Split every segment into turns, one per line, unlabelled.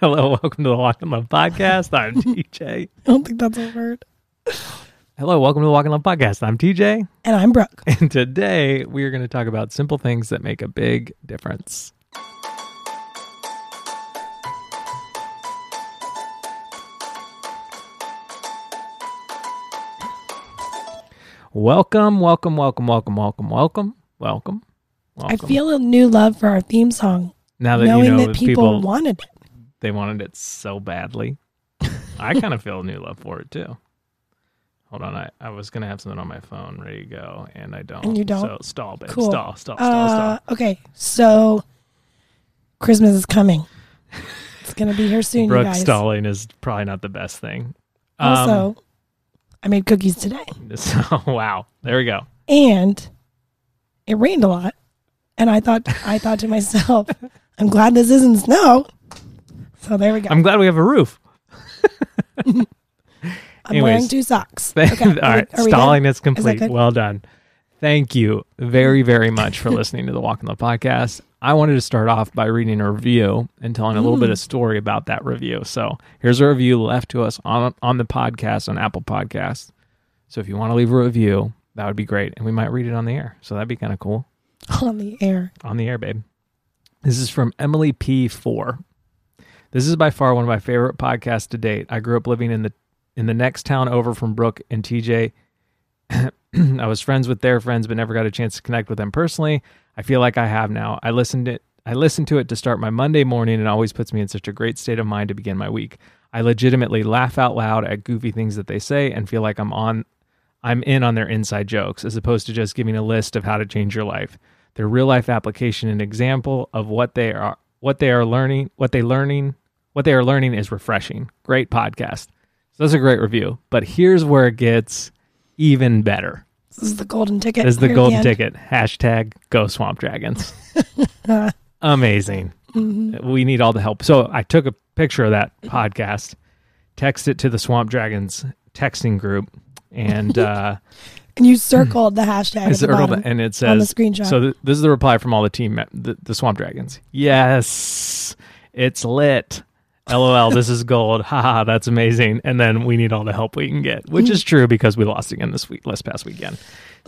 Hello, welcome to the Walking Love Podcast. I'm TJ.
I don't think that's a word.
Hello, welcome to the Walking Love Podcast. I'm TJ.
And I'm Brooke.
And today we are going to talk about simple things that make a big difference. Welcome, welcome, welcome, welcome, welcome, welcome, welcome.
I feel a new love for our theme song,
now that
knowing
you know
that people,
people
wanted it.
they wanted it so badly. I kind of feel a new love for it too. Hold on, I, I was gonna have something on my phone ready to go, and I don't.
And you don't?
So stall, babe.
Cool.
Stall, stall, stall,
Uh,
stall.
okay, so Christmas is coming. it's gonna be here soon, you
Brooke
guys.
stalling is probably not the best thing.
Also, I made cookies today,
Um, so, wow, there we go.
and it rained a lot. And I thought, I thought to myself, I'm glad this isn't snow. So there we go.
I'm
I'm,
glad we have a roof.
wearing
anyways.
two socks.
All
are we-
right,
are we done?
stalling is complete.
good?
well done. Thank you very, very much for listening to the Walk in Love podcast. I wanted to start off by reading a review and telling a little
Mm.
bit of story about that review. So here's a review left to us on on the podcast on Apple Podcasts. So if you want to leave a review, that would be great, and we might read it on the air. So that'd be kind of cool
on the air.
on the air, babe. This is from Emily P4. This is by far one of my favorite podcasts to date. I grew up living in the in the next town over from Brooke and TJ. I was friends with their friends but never got a chance to connect with them personally. I feel like I have now. I listened it I listened to it to start my Monday morning and it always puts me in such a great state of mind to begin my week. I legitimately laugh out loud at goofy things that they say and feel like I'm on I'm in on their inside jokes as opposed to just giving a list of how to change your life. Their real life application and example of what they are what they are learning, what they learning, what they are learning is refreshing. Great podcast. So that's a great review. But here's where it gets even better.
This is the golden ticket.
This is the
Here at
golden
end.
ticket. Hashtag go swamp dragons. Amazing.
Mm-hmm.
We need all the help. So I took a picture of that podcast, texted it to the swamp dragons texting group, and uh,
And you circled the hashtag.
I
at the
circled
bottom.
it, and it says
on the screenshot.
So th- this is the reply from all the team, me- the, the swamp dragons. Yes, it's lit. LOL, this is gold. Haha, that's amazing. And then we need all the help we can get, which is true because we lost again this week, this past weekend.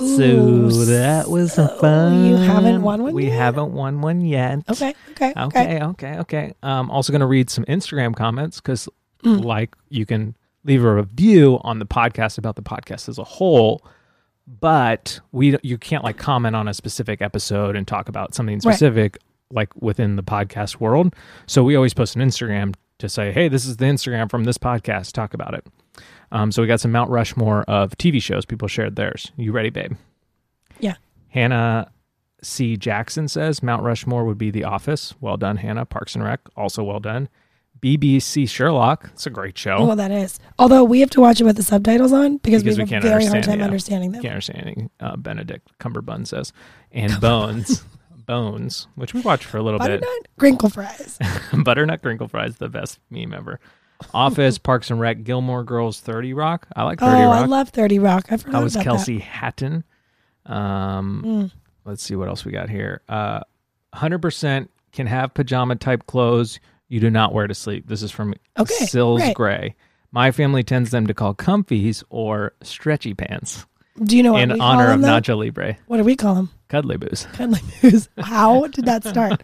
Ooh,
so that was a fun.
you haven't won one
We
yet?
haven't won one yet.
Okay, okay, okay.
Okay, okay, okay. Um, also going to read some Instagram comments because,
Hmm. Mm.
like, you can leave a review on the podcast about the podcast as a whole, but we you can't like comment on a specific episode and talk about something
Right.
specific like within the podcast world. So we always post an Instagram to say, "Hey, this is the Instagram from this podcast. Talk about it." Um, so we got some Mount Rushmore of TV shows. People shared theirs. You ready, babe?
Yeah.
Hannah C. Jackson says Mount Rushmore would be The Office. Well done, Hannah. Parks and Rec, also well done. BBC Sherlock. It's a great show.
Well, that is. Although we have to watch it with the subtitles on because,
Because
we
we
have
can't
a very hard
understand,
time
yeah.
understanding them.
Can't understand anything uh, Benedict Cumberbun says. And Bones. Bones, which we watched for a little bit.
Butternut crinkle fries.
Butternut crinkle fries, the best meme ever. Office, Parks and Rec, Gilmore Girls, 30 Rock. I like
oh,
30 Rock.
I love Thirty Rock. I forgot
That was
about Hmm.
Kelsey Hatton. Um, Let's see what else we got here. Uh, 100% can have pajama type clothes you do not wear to sleep. This is from
Okay,
Sills
great.
Gray. My family tends them to call comfies or stretchy pants
that. Do you know what
in
Oh, we
honor
call
of
them? though?
Nacho Libre.
What do we call them?
Cuddly boos.
Cuddly boos. How did that start?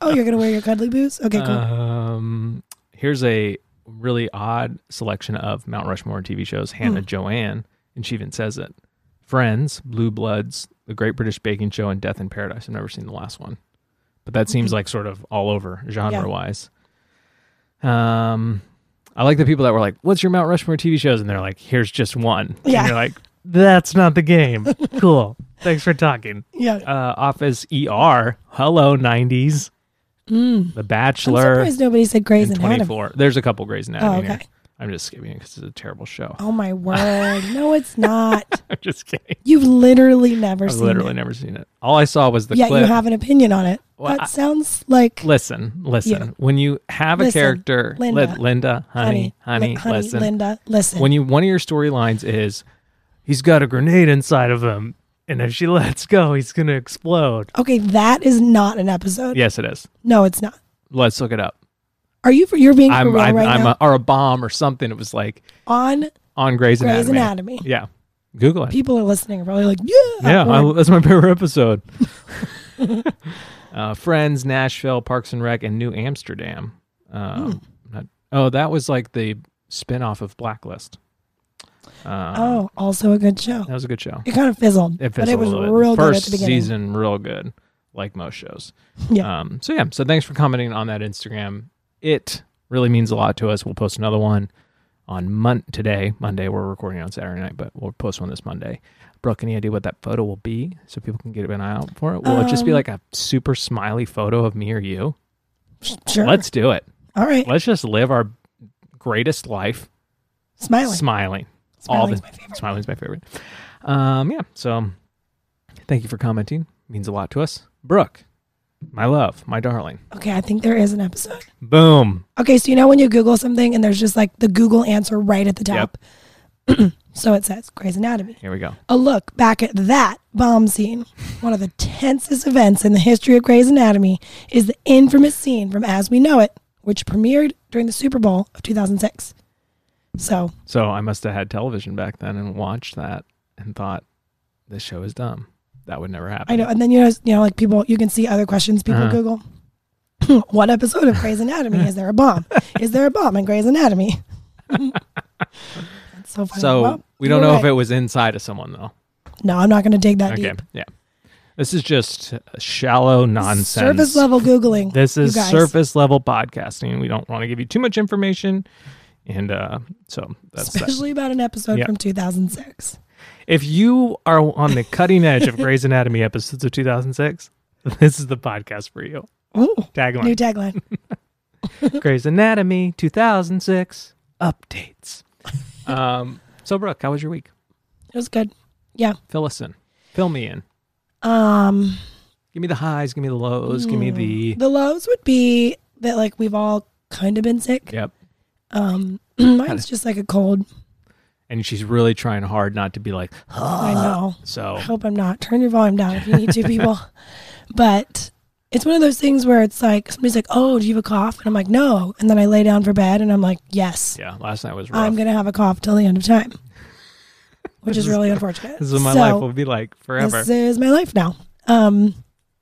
oh, you're gonna wear your cuddly boos? Okay,
Uh,
cool.
Um, here's a really odd selection of Mount Rushmore TV shows.
Hmm.
Hannah Joanne, and she even says it. Friends, Blue Bloods, The Great British Baking Show, and Death in Paradise. I've never seen the last one, but that seems like sort of all over genre wise. Um, I like the people that were like, "What's your Mount Rushmore TV shows?" and they're like, "Here's just one."
Yeah.
and you're like, "That's not the game." cool. Thanks for talking
yeah.
uh, Office ER, Hello 90s, The
Hmm. I'm
Bachelor,
surprised nobody said Grey's
and
Anatomy.
24. There's a couple Grey's Anatomy
Oh,
in
okay.
here. I'm just skipping it because it's a terrible show.
Oh my word! No, it's not.
I'm just kidding.
You've literally never
I've
seen
literally
it.
never seen it. All I saw was the
Yet
clip.
you have an opinion on it.
Well,
that
I-
sounds like
listen, listen.
You.
When you have
Listen,
a character, Lin-
Linda.
Linda, honey, honey,
li- honey,
listen.
Linda, listen.
When you one of your storylines is he's got a grenade inside of him, and if she lets go, he's gonna explode.
okay, that is not an episode.
Yes, it is.
No, it's not.
Let's look it up.
Are you you're being for
I'm,
real
I'm,
right
I'm
now
a, or a bomb or something. It was like
on
on Grey's,
Grey's
Anatomy.
Anatomy?
Yeah, Google it.
People are listening are probably like, yeah,
yeah,
Or
I, that's my favorite episode. uh, Friends, Nashville, Parks and Rec, and New Amsterdam. Um, not- oh, that was like the spinoff of Blacklist. Um,
oh, also a good show.
that was a good show.
It kind of fizzled,
It
but
fits a
it was
little bit.
real good at
First
the beginning.
season, real good, like most shows.
Yeah.
Um, so yeah. So thanks for commenting on that Instagram. It really means a lot to us. We'll post another one on mon- today, Monday. We're recording on Saturday night, but we'll post one this Monday. Brooke, any idea what that photo will be so people can get an eye out for it? Will it just be
Um,
like a super smiley photo of me or you?
Sure.
Let's do it.
All right.
Let's just live our greatest life
Smiling.
smiling. all
Smiling's
the-
my favorite.
Smiling's my favorite. Um, yeah. So thank you for commenting. Means a lot to us. Brooke, my love, my darling.
Okay, I think there is an episode.
Boom.
Okay, so you know when you Google something and there's just like the Google answer right at the top. so it says Grey's Anatomy.
Here we go.
A look back at that bomb scene. One of the tensest events in the history of Grey's Anatomy is the infamous scene from As We Know It, which premiered during the Super Bowl of 2006. So,
So I must have had television back then and watched that and thought, this show is dumb. That would never happen.
I know. And then you know, you know, like people, you can see other questions people
Uh-huh.
Google. what episode of Grey's Anatomy is there a bomb? Is there a bomb in Grey's Anatomy? That's so funny.
So
Well,
we don't
you're
know if
right.
it was inside of someone though.
No, I'm not going to dig that
Okay.
deep.
Yeah. This is just shallow nonsense.
Surface level googling.
This
you
is
guys.
surface level podcasting. We don't want to give you too much information. And uh, so that's that.
especially about an episode
Yeah.
from 2006.
If you are on the cutting edge of Grey's Anatomy episodes of 2006, this is the podcast for you.
Ooh, new
Tagline
tagline.
Grey's Anatomy 2006 updates. Um, so, Brooke, how was your week?
It was good. Yeah.
Fill us in. Fill me in.
Um, hmm.
Give me the highs. Give me the lows. Give me the.
the lows would be that like we've all kind of been sick.
Yep.
Um, mine's just like a cold.
And she's really trying hard not to be like, Uh.
I know.
so.
I hope I'm not. Turn your volume down if you need to, people. But it's one of those things where it's like somebody's like, "Oh, do you have a cough?" And I'm like, "No." And then I lay down for bed, and I'm like, "Yes,
Yeah, last night was rough.
I'm gonna have a cough till the end of time," which
This
is
is-
really unfortunate.
this is what my
So,
life will be like forever.
This is my life now. Um,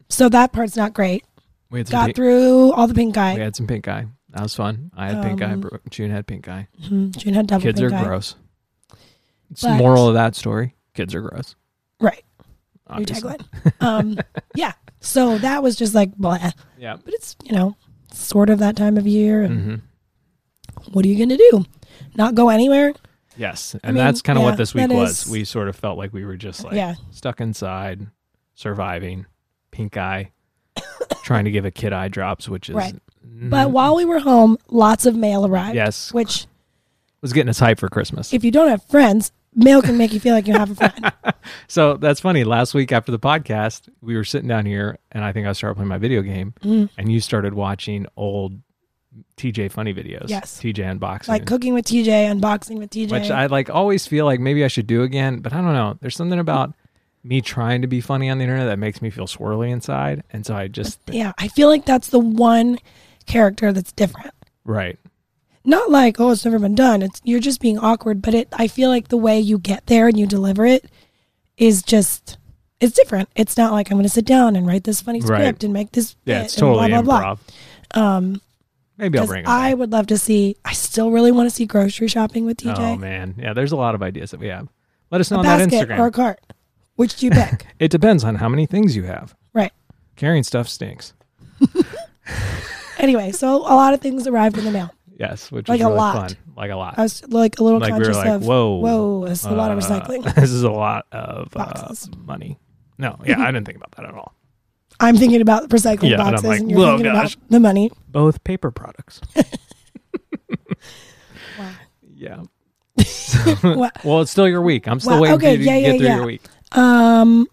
so that part's not great.
We had, some
Got
pink,
through all the pink
we
eye.
had some pink eye. That was fun. I had pink eye.
Um,
Brooke- June had pink eye.
Mhm. June had double
kids are
pink eye.
gross. It's the
But-
moral of that story. Kids are gross.
Right. New
Obviously.
tagline. Um, yeah. So that was just like blah.
Yeah.
But it's you know sort of that time of year. And
hmm Mm.
What are you gonna do? Not go anywhere?
Yes. And
I mean,
that's kind of
yeah,
what this week
that
was.
is-
We sort of felt like we were just like mm-hmm.
yeah.
stuck inside, surviving, pink eye, trying to give a kid eye drops, which is.
Right. But while we were home, lots of mail arrived.
Yes.
Which,
was getting us hype for Christmas.
if you don't have friends, mail can make you feel like you have a friend.
So that's funny. Last week after the podcast, we were sitting down here, and I think I started playing my video game,
Mm.
and you started watching old TJ funny videos.
Yes.
TJ unboxing.
Like cooking with TJ, unboxing with TJ.
which I like always feel like maybe I should do again, but I don't know. There's something about me trying to be funny on the internet that makes me feel swirly inside, and so I just
yeah, I feel like that's the one character that's different.
right.
Not like oh, it's never been done. It's you're just being awkward. But it, I feel like the way you get there and you deliver it is just. It's different. It's not like I'm going to sit down and write this funny
Right.
script and make this
Yeah,
bit
it's totally
and blah blah blah.
improv. Um, maybe I'll
'Cause
bring it.
I
back.
would love to see. I still really want to see grocery shopping with TJ.
Oh man, yeah. There's a lot of ideas that we have. Let us know
a
on that
basket
Instagram.
or a cart. Which do you pick?
it depends on how many things you have.
right.
Carrying stuff stinks.
Anyway, so a lot of things arrived in the mail.
Yes, which
Like
is
a
really
lot.
fun. Like a lot.
I was like a little
Like we were
conscious
like,
of
whoa,
whoa, it's a lot of
Uh,
recycling.
This is a lot of uh,
Boxes.
money. No, yeah, I didn't think about that at all.
I'm thinking about recycling
Yeah, and I'm
boxes, and,
like,
you're
whoa,
thinking
gosh.
about the money.
Both paper products.
Wow.
Yeah.
Well,
Well, it's still your week. I'm still waiting
Well, okay,
for you to
yeah,
get
yeah,
through
yeah.
your week.
um,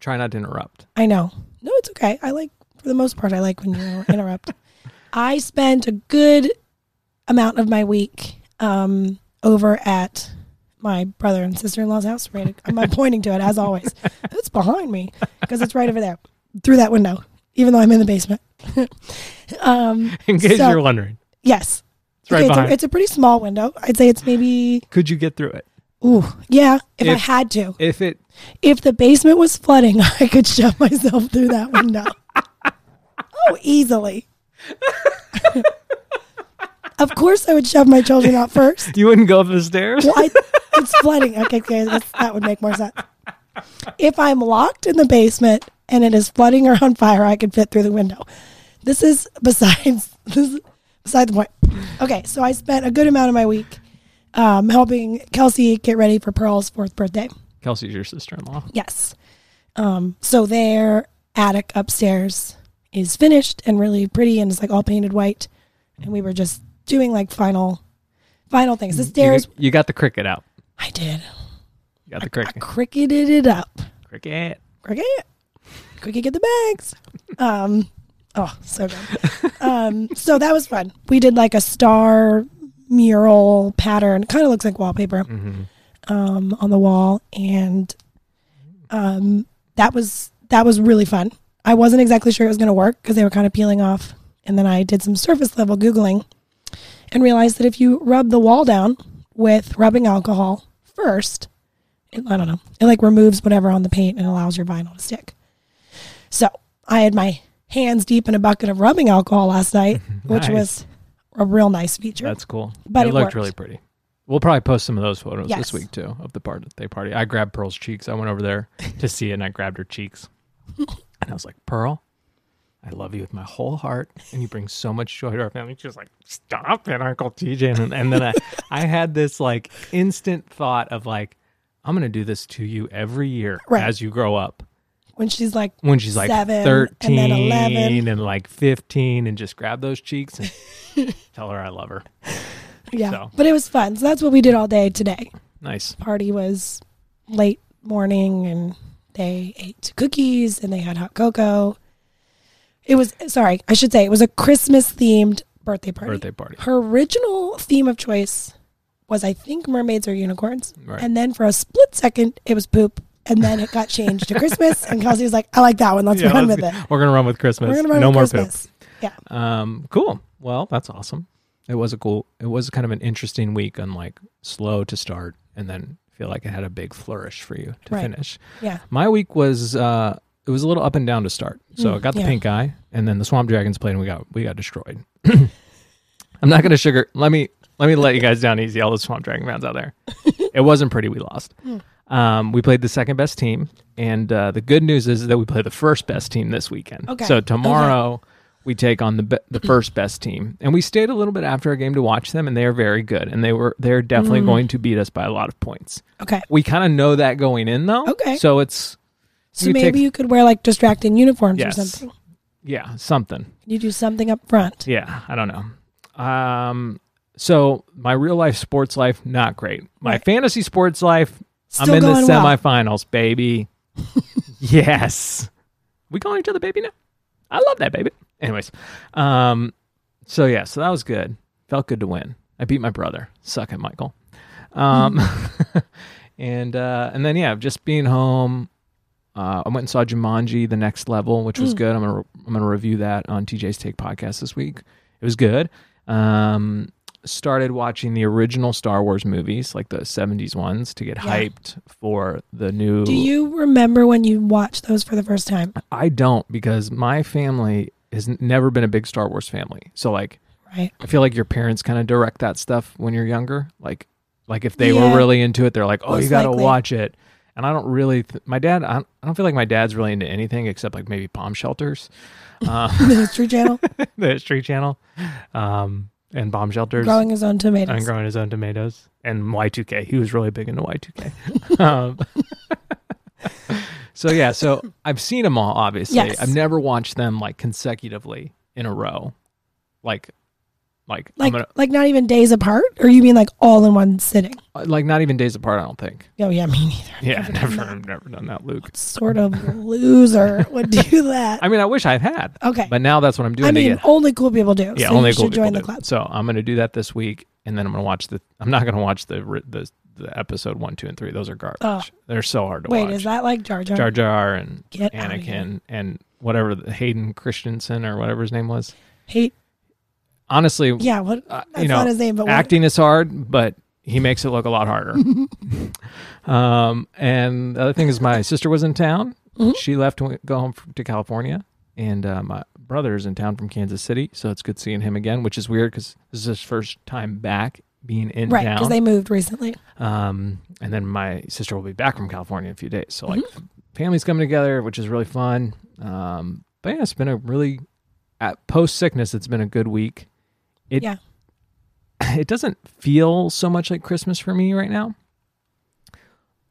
Try not to interrupt.
I know. No, it's okay. I like, for the most part, I like when you inter- interrupt. I spent a good amount of my week um, over at my brother and sister in law's house. Right, I'm pointing to it as always. It's behind me because it's right over there through that window, even though I'm in the basement. Um,
In case
So-
you're wondering,
yes.
it's right
Okay,
behind.
a, it's a pretty small window. I'd say it's maybe,
Could you get through it?
ooh, yeah, if, I
If-
had to.
If it
If the basement was flooding, I could shove myself through that window. oh, easily. of course, I would shove my children out first.
you wouldn't go up the stairs,
Well, I, it's flooding. Okay, okay that's, that would make more sense. If I'm locked in the basement and it is flooding or on fire, I could fit through the window. This is besides this is beside the point. Okay, so I spent a good amount of my week um, helping Kelsey get ready for Pearl's fourth birthday.
Kelsey's your sister-in-law.
Yes. Um, so their attic upstairs is finished and really pretty and it's like all painted white. And we were just doing like final final things. The
You,
stairs
you got the cricket out.
I did.
You got the
I
cricket.
cricketed it up.
Cricket.
Cricket. Cricket get the bags. Um oh, so good. Um so that was fun. We did like a star mural pattern. Kind of looks like wallpaper
Mm-hmm.
um, on the wall, and um, that was that was really fun. I wasn't exactly sure it was going to work because they were kind of peeling off, and then I did some surface level googling, and realized that if you rub the wall down with rubbing alcohol first, it, I don't know, it like removes whatever on the paint and allows your vinyl to stick. So I had my hands deep in a bucket of rubbing alcohol last night, which
Nice.
was a real nice feature.
That's cool.
But
it,
it
looked
worked.
really pretty. We'll probably post some of those photos
Yes.
this week too of the birthday party. I grabbed Pearl's cheeks. I went over there to see it and I grabbed her cheeks. And I was like, Pearl, I love you with my whole heart. And you bring so much joy to our family. She was like, Stop it, Uncle TJ. And, and then I, I had this like instant thought of like, I'm gonna do this to you every year
Right.
as you grow up.
when she's like,
When she's like
Seven, and then
13
11.
and like 15 and just grab those cheeks and tell her I love her.
yeah,
So.
but it was fun. So that's what we did all day today.
Nice.
party was late morning and they ate cookies and they had hot cocoa. It was sorry, I should say it was a Christmas themed birthday party.
Birthday party.
Her original theme of choice was I think mermaids or unicorns.
Right.
And then for a split second it was poop and then it got changed to Christmas and Kelsey was like, I like that one, let's
Yeah,
run
let's
with
go-
it.
We're gonna run with Christmas.
We're gonna run
no
with
more
Christmas.
poop. Um, cool. Well, that's awesome. It was a cool. It was kind of an interesting week, and like slow to start, and then feel like it had a big flourish for you to
Right.
finish.
Yeah.
My week was uh, it was a little up and down to start. So
Mm,
I got the
yeah.
pink eye, and then the Swamp Dragons played, and we got we got destroyed. I'm not gonna sugar. Let me let me let you guys down easy. All the Swamp Dragon fans out there, it wasn't pretty. We lost.
Hmm.
Um, we played the second best team, and uh, the good news is that we play the first best team this weekend.
Okay.
So tomorrow we take on the be- the first best team, and we stayed a little bit after our game to watch them, and they are very good, and they were they're
Mm.
definitely going to beat us by a lot of points.
Okay.
We kind of know that going in though.
Okay.
So it's
So
You take-
maybe you could wear like distracting uniforms
Yes.
or something.
yeah something.
You do something up front.
Yeah, I don't know. Um, so my real life sports life not great. My
Right.
fantasy sports life,
Still
I'm in the
going well.
semifinals, baby. yes, we calling each other baby now. I love that baby. Anyways, um, so yeah, so that was good. Felt good to win. I beat my brother. Suck it, Michael. Um, and uh, and then yeah, just being home. Uh, I went and saw Jumanji: The Next Level, which
Mm.
was good. I'm gonna re- I'm gonna review that on TJ's Take podcast this week. It was good. Um, started watching the original Star Wars movies, like the '70s ones, to get
Yeah.
hyped for the new.
Do you remember when you watched those for the first time?
I don't because my family has n- never been a big Star Wars family. So like,
Right.
I feel like your parents kind of direct that stuff when you're younger. Like, like if they
Yeah.
were really into it, they're like, "Oh, you
Most
got to
likely.
watch it." And I don't really. Th- my dad, I don't, I don't feel like my dad's really into anything except like maybe bomb shelters, uh,
the History Channel,
the History Channel, um, and bomb shelters
growing his own
and
tomatoes.
growing his own tomatoes and Y2K. He was really big into Y2K. um, so yeah, so I've seen them all. Obviously,
Yes.
I've never watched them like consecutively in a row, like, like,
Like,
I'm
like not even days apart, or you mean like all in one sitting?
gonna, like not even days apart. I don't think.
Oh yeah, me neither.
Yeah,
done
never,
that.
I've never done that, Luke.
Sort of loser would do that.
I mean, I wish I had,
Okay,
but now that's what I'm doing.
I
to
mean
get-
only cool people do.
yeah,
so
only
you
cool
should join
people
the
do.
club.
So I'm gonna do that this week, and then I'm gonna watch the. I'm not gonna watch the ri- the, the episode one, two, and three. Those are garbage.
Oh.
They're so hard to
Wait,
watch.
is that like Jar Jar?
Jar Jar and
Get outta here.
Anakin and whatever the- Hayden Christensen or whatever his name was.
Hate.
Honestly,
Yeah. What?
Uh,
that's
you know,
not his name, but what-
acting is hard, but he makes it look a lot harder. um, and the other thing is, my sister was in town.
Mhm.
She left to w- go home f- to California, and uh, my brother is in town from Kansas City, so it's good seeing him again, which is weird because this is his first time back being in
right
town.
because they moved recently.
Um, and then my sister will be back from California in a few days. So like
Mm-hmm.
families coming together, which is really fun. Um, but yeah, it's been a really at post sickness. It's been a good week. It,
Yeah.
it doesn't feel so much like Christmas for me right now.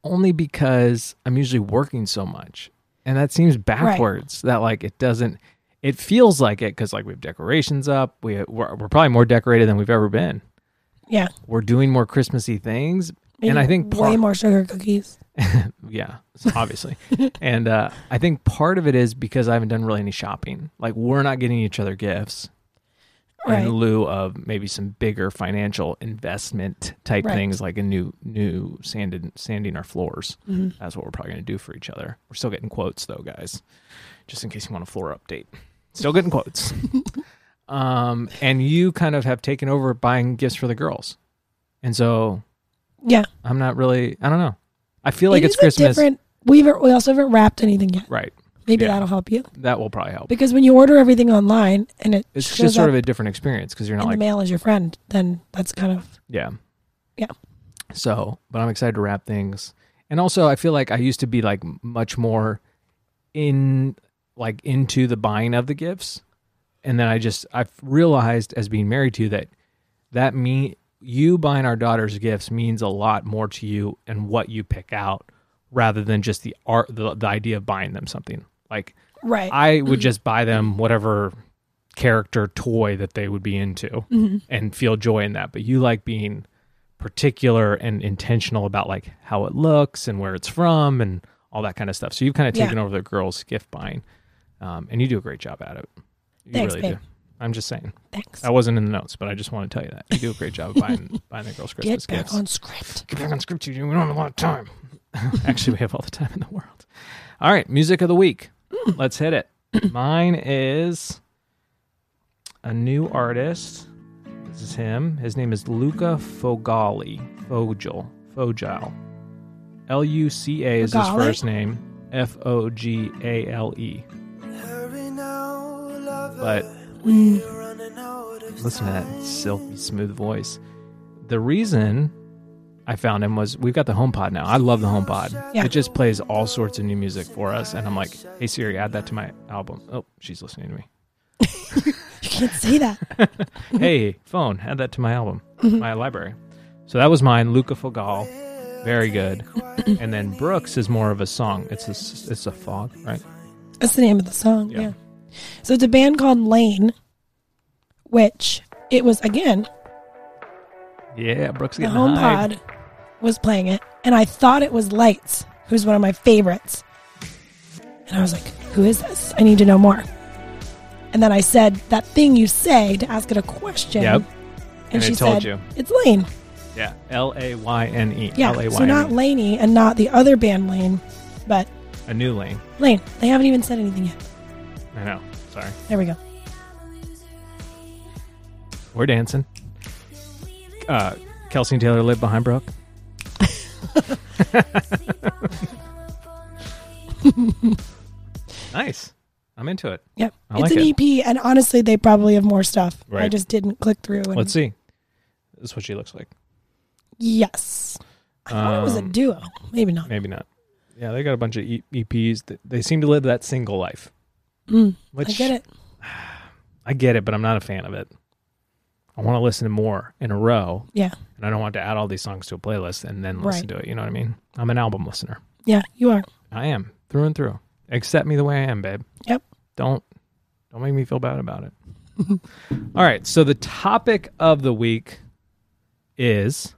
Only because I'm usually working so much and that seems backwards that like, it doesn't, it feels like it. Cause like we have decorations up. We we're, we're probably more decorated than we've ever been.
Yeah.
We're doing more Christmassy things, And I think
way
part-
more sugar cookies.
yeah, so obviously. and uh, I think part of it is because I haven't done really any shopping. Like we're not getting each other gifts
Right.
in lieu of maybe some bigger financial investment type
Right.
things, like a new new sanded sanding our floors.
Mhm.
That's what we're probably going to do for each other. We're still getting quotes though, guys. Just in case you want a floor update, still getting quotes. um, and you kind of have taken over buying gifts for the girls, and so
Yeah.
I'm not really. I don't know. I feel like
It
it's
is a
Christmas.
Different, we haven't, we also haven't wrapped anything yet.
Right.
Maybe
Yeah.
that'll help you
That will probably help.
because when you order everything online and it
It's
shows
just sort
up
of a different experience because you're
in
not
the
like,
mail as your friend, then that's kind of
yeah.
Yeah.
So, but I'm excited to wrap things. And also, I feel like I used to be like much more in, like into the buying of the gifts. And then I just, I've realized as being married to you that that me, you buying our daughter's gifts means a lot more to you and what you pick out rather than just the art, the, the idea of buying them something. Like,
right.
I would just buy them whatever character toy that they would be into
Mm-hmm.
and feel joy in that. But you like being particular and intentional about like how it looks and where it's from and all that kind of stuff. So you've kind of
Yeah.
taken over the girls' gift buying, um, and you do a great job at it. You
Thanks,
really
babe.
do. I'm just saying.
Thanks.
I wasn't in the notes, but I just want to tell you that you do a great job of buying buying the girls' Christmas
Get back
gifts
on script.
get back on script to you. We don't have a lot of time. Actually, we have all the time in the world. All right, music of the week. Let's hit it. Mine is a new artist. This is him. His name is Luca Fogali. Fogel. Fogel. L U C A is his
Fogali?
first name. F O G A L E.
Hurry now, lover.
But
Mm.
We're running out of
listen to that
time.
silky smooth voice the reason i found him was we've got the home pod now i love the home pod
Yeah.
it just plays all sorts of new music for us and i'm like hey siri add that to my album oh she's listening to me
You can't say that.
hey phone add that to my album
Mm-hmm.
my library so that was mine luca fogal very good and then brooks is more of a song it's a it's a fog right
That's the name of the song.
Yeah.
Yeah. So it's a band called Lane, which it was again
yeah brooks
the
getting
home
high.
pod was playing it, and I thought it was Lights, who's one of my favorites. And I was like, "Who is this? I need to know more." And then I said that thing you say to ask it a question.
Yep.
And,
And it
she
told
said,
you.
"It's Lane."
yeah l-a-y-n-e
Yeah.
L-A-Y-N-E.
So not Laney and not the other band Lane, but
a new lane
Lane. They haven't even said anything yet.
i know sorry
There we go.
We're dancing. Uh, Kelsey and Taylor live behind Brooke. nice. I'm into it.
Yep.
I
it's
like
an
it.
EP, and honestly, they probably have more stuff. I
Right.
just didn't click through. And
Let's see. This is what she looks like.
Yes. I thought it was a
Um,
duo. Maybe not.
Maybe not. Yeah, they got a bunch of e- EPs. That, they seem to live that single life.
Mm,
Which
I get it.
I get it, but I'm not a fan of it. I want to listen to more in a row,
Yeah.
and I don't want to add all these songs to a playlist and then listen
Right.
to it. You know what I mean? I'm an album listener.
Yeah, you are.
I am through and through. Accept me the way I am, babe.
Yep.
Don't don't make me feel bad about it. All right. So the topic of the week is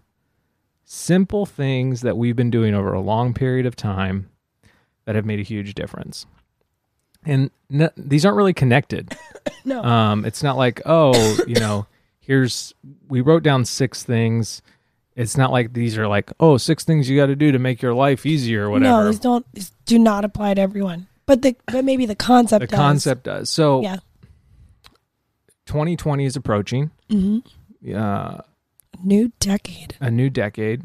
simple things that we've been doing over a long period of time that have made a huge difference. And n- these aren't really connected.
No.
Um, it's not like, oh, you know, here's we wrote down six things. It's not like these are like, oh, six things you got to do to make your life easier or whatever.
No, these don't. These do not apply to everyone. But the but maybe the concept.
the
does.
concept does. So
Yeah.
2020 is approaching.
Mhm.
Uh,
New decade.
a new decade,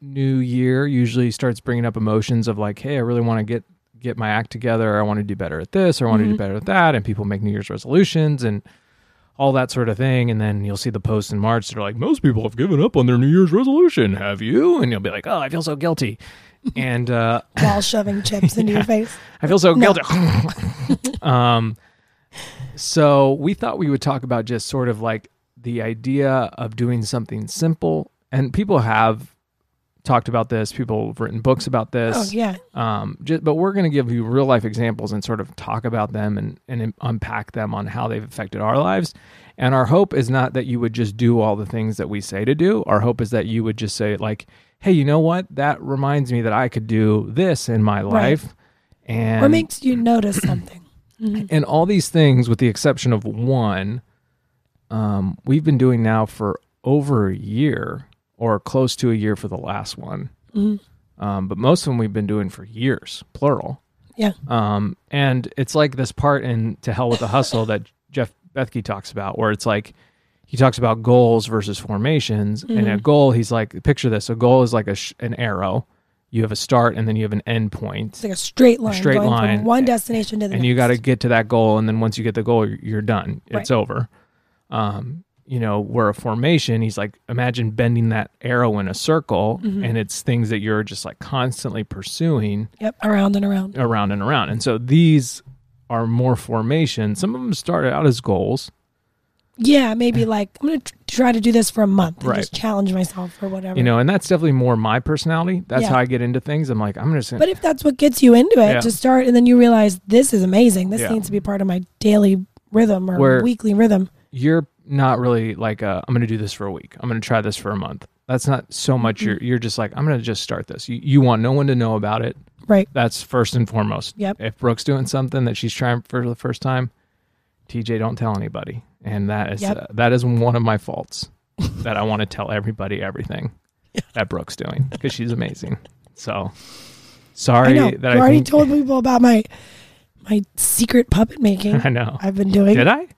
new year usually starts bringing up emotions of like, hey, I really want to get get my act together. I want to do better at this. Or I want to do
Mhm.
better at that. And people make New Year's resolutions and all that sort of thing. And then you'll see the posts in March that are like, most people have given up on their New Year's resolution. Have you? And you'll be like, oh, I feel so guilty. and uh,
While shoving chips into your face.
I feel so guilty. um, so we thought we would talk about just sort of like the idea of doing something simple, and people have talked about this. People have written books about this.
Oh yeah.
Um, just, but we're going to give you real life examples and sort of talk about them and, and unpack them on how they've affected our lives. And our hope is not that you would just do all the things that we say to do. Our hope is that you would just say, like, hey, you know what? That reminds me that I could do this in my life. And
Or makes you notice something. Mhm.
and all these things, with the exception of one, um, we've been doing now for over a year or close to a year for the last one.
Mhm.
Um, but most of them we've been doing for years, plural.
Yeah.
Um, and it's like this part in To Hell with the Hustle that Jeff Bethke talks about, where it's like he talks about goals versus formations. And a goal, he's like, picture this a goal is like a sh- an arrow. You have a start and then you have an end point
It's like a straight line.
straight
going
line.
From one destination to the
and you got
next.
to get to that goal and then once you get the goal you're, you're done it's
Right.
over um you know where a formation he's like imagine bending that arrow in a circle
Mm-hmm.
and it's things that you're just like constantly pursuing
Yep. Around and around.
around and around and so these are more formations some of them started out as goals
Yeah. Maybe like I'm gonna tr- try to do this for a month and
Right.
just challenge myself or whatever.
you know and that's definitely more my personality that's
Yeah.
how i get into things i'm like i'm just gonna
But if that's what gets you into it
Yeah.
to start, and then you realize this is amazing. This
Yeah.
needs to be part of my daily rhythm or
Where-
weekly rhythm.
you're not really like i am I'm going to do this for a week. I'm going to try this for a month. That's not so much you're you're just like I'm going to just start this. You you want no one to know about it.
Right.
That's first and foremost.
Yep.
If Brooke's doing something that she's trying for the first time, TJ don't tell anybody. And that is
Yep.
uh, that is one of my faults that I want to tell everybody everything that Brooke's doing cuz she's amazing. So sorry
I know.
that
you
I
already
think-
told people about my my secret puppet making
I know.
I've been doing.
Did I?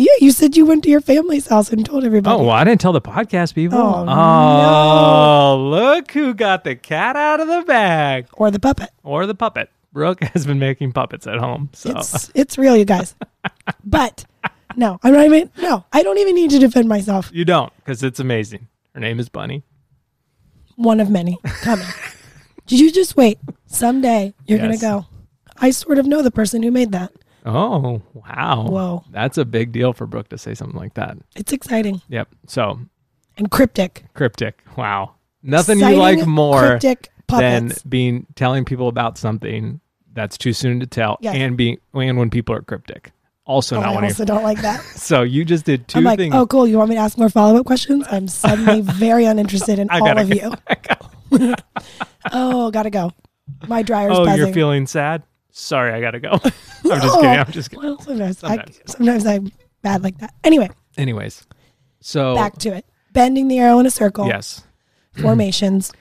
Yeah, you said you went to your family's house and told everybody.
Oh, well, I didn't tell the podcast people.
Oh,
Oh, look who got the cat out of the bag
Or the puppet.
or the puppet. Brooke has been making puppets at home. So
It's it's real, you guys. but no, I'm not even. No, I don't even need to defend myself.
you don't because it's amazing. Her name is Bunny.
One of many coming. Did you just wait? Someday you're
Yes.
gonna go. I sort of know the person who made that.
Oh, wow.
Whoa.
That's a big deal for Brooke to say something like that.
It's exciting
Yep. So
and cryptic.
cryptic. Wow. Nothing you
Exciting,
like more
cryptic
than
puppets.
being telling people about something that's too soon to tell
Yes.
and being and when people are cryptic. Also
Oh,
not
I
wanting
also don't like that.
so you just did 2
I'm like,
things.
oh, cool. You want me to ask more follow up questions? I'm suddenly very uninterested in
I
all
gotta
of
go.
you. oh, gotta go. My dryer's
oh,
buzzing.
you're feeling sad? Sorry, I gotta go. I'm just
No.
kidding. I'm just kidding.
well, sometimes,
Sometimes.
I, sometimes I'm bad like that. Anyway,
Anyways, so
back to it. Bending the arrow in a circle.
Oh. yes,
Formations.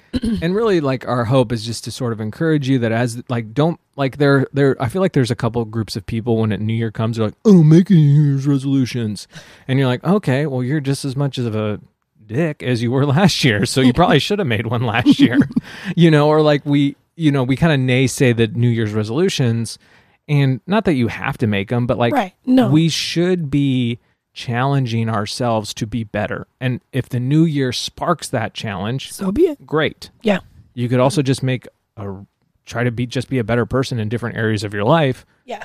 and really, like our hope is just to sort of encourage you that as like don't like there there. I feel like there's a couple groups of people when a New Year comes, they're like, oh, making New Year's resolutions, and you're like, okay, well, you're just as much of a dick as you were last year, so you probably should have made one last year, you know, or like we, you know, we kind of naysay the New Year's resolutions. And not that you have to make them, but like
right. No.
we should be challenging ourselves to be better. And if the new year sparks that challenge,
so be it.
great.
Yeah.
You could also just make a try to be just be a better person in different areas of your life
Yeah.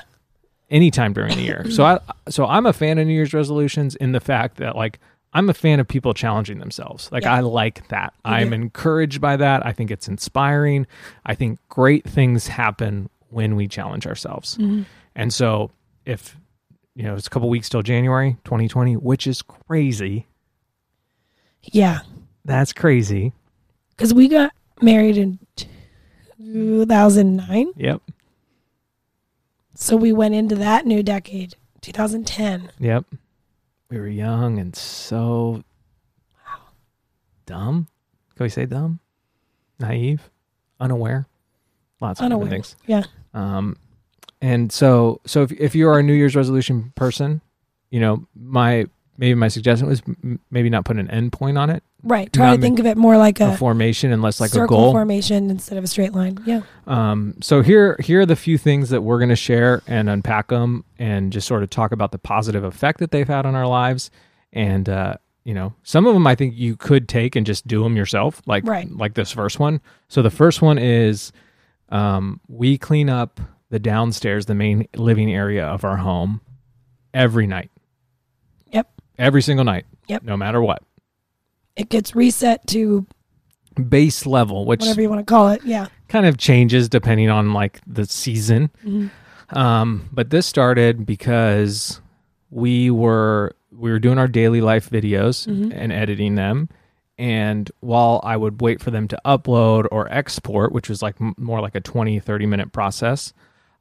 anytime during the year. so I so I'm a fan of New Year's resolutions in the fact that like I'm a fan of people challenging themselves. Like
Yeah.
I like that. I'm
do.
encouraged by that. I think it's inspiring. I think great things happen when we challenge ourselves.
Mm-hmm.
And so if you know, it's a couple weeks till January 2020, which is crazy.
Yeah.
That's crazy.
Because we got married in 2009.
Yep.
So we went into that new decade, 2010.
Yep. We were young and so dumb. Can we say dumb? Naive? Unaware? Lots of different
unaware.
things.
Yeah.
Um, and so, so if if you are a New Year's resolution person, you know, my maybe my suggestion was m- maybe not put an end point on it,
Right. Try
Not
to
ma-
think of it more like
a
a,
formation, unless like
circle
a goal.
formation instead of a straight line. Yeah.
Um, so here, here are the few things that we're going to share and unpack them, and just sort of talk about the positive effect that they've had on our lives. And uh, you know, some of them I think you could take and just do them yourself, like
Right.
like this first one. So the first one is um, we clean up the downstairs, the main living area of our home, every night.
Yep.
Every single night.
Yep.
No matter what,
It gets reset to
base level, which
whatever you want to call it. Yeah.
kind of changes depending on like the season.
Mhm.
Um, but this started because we were we were doing our daily life videos and editing them. And while I would wait for them to upload or export, which was like m- more like a 20, 30 minute process,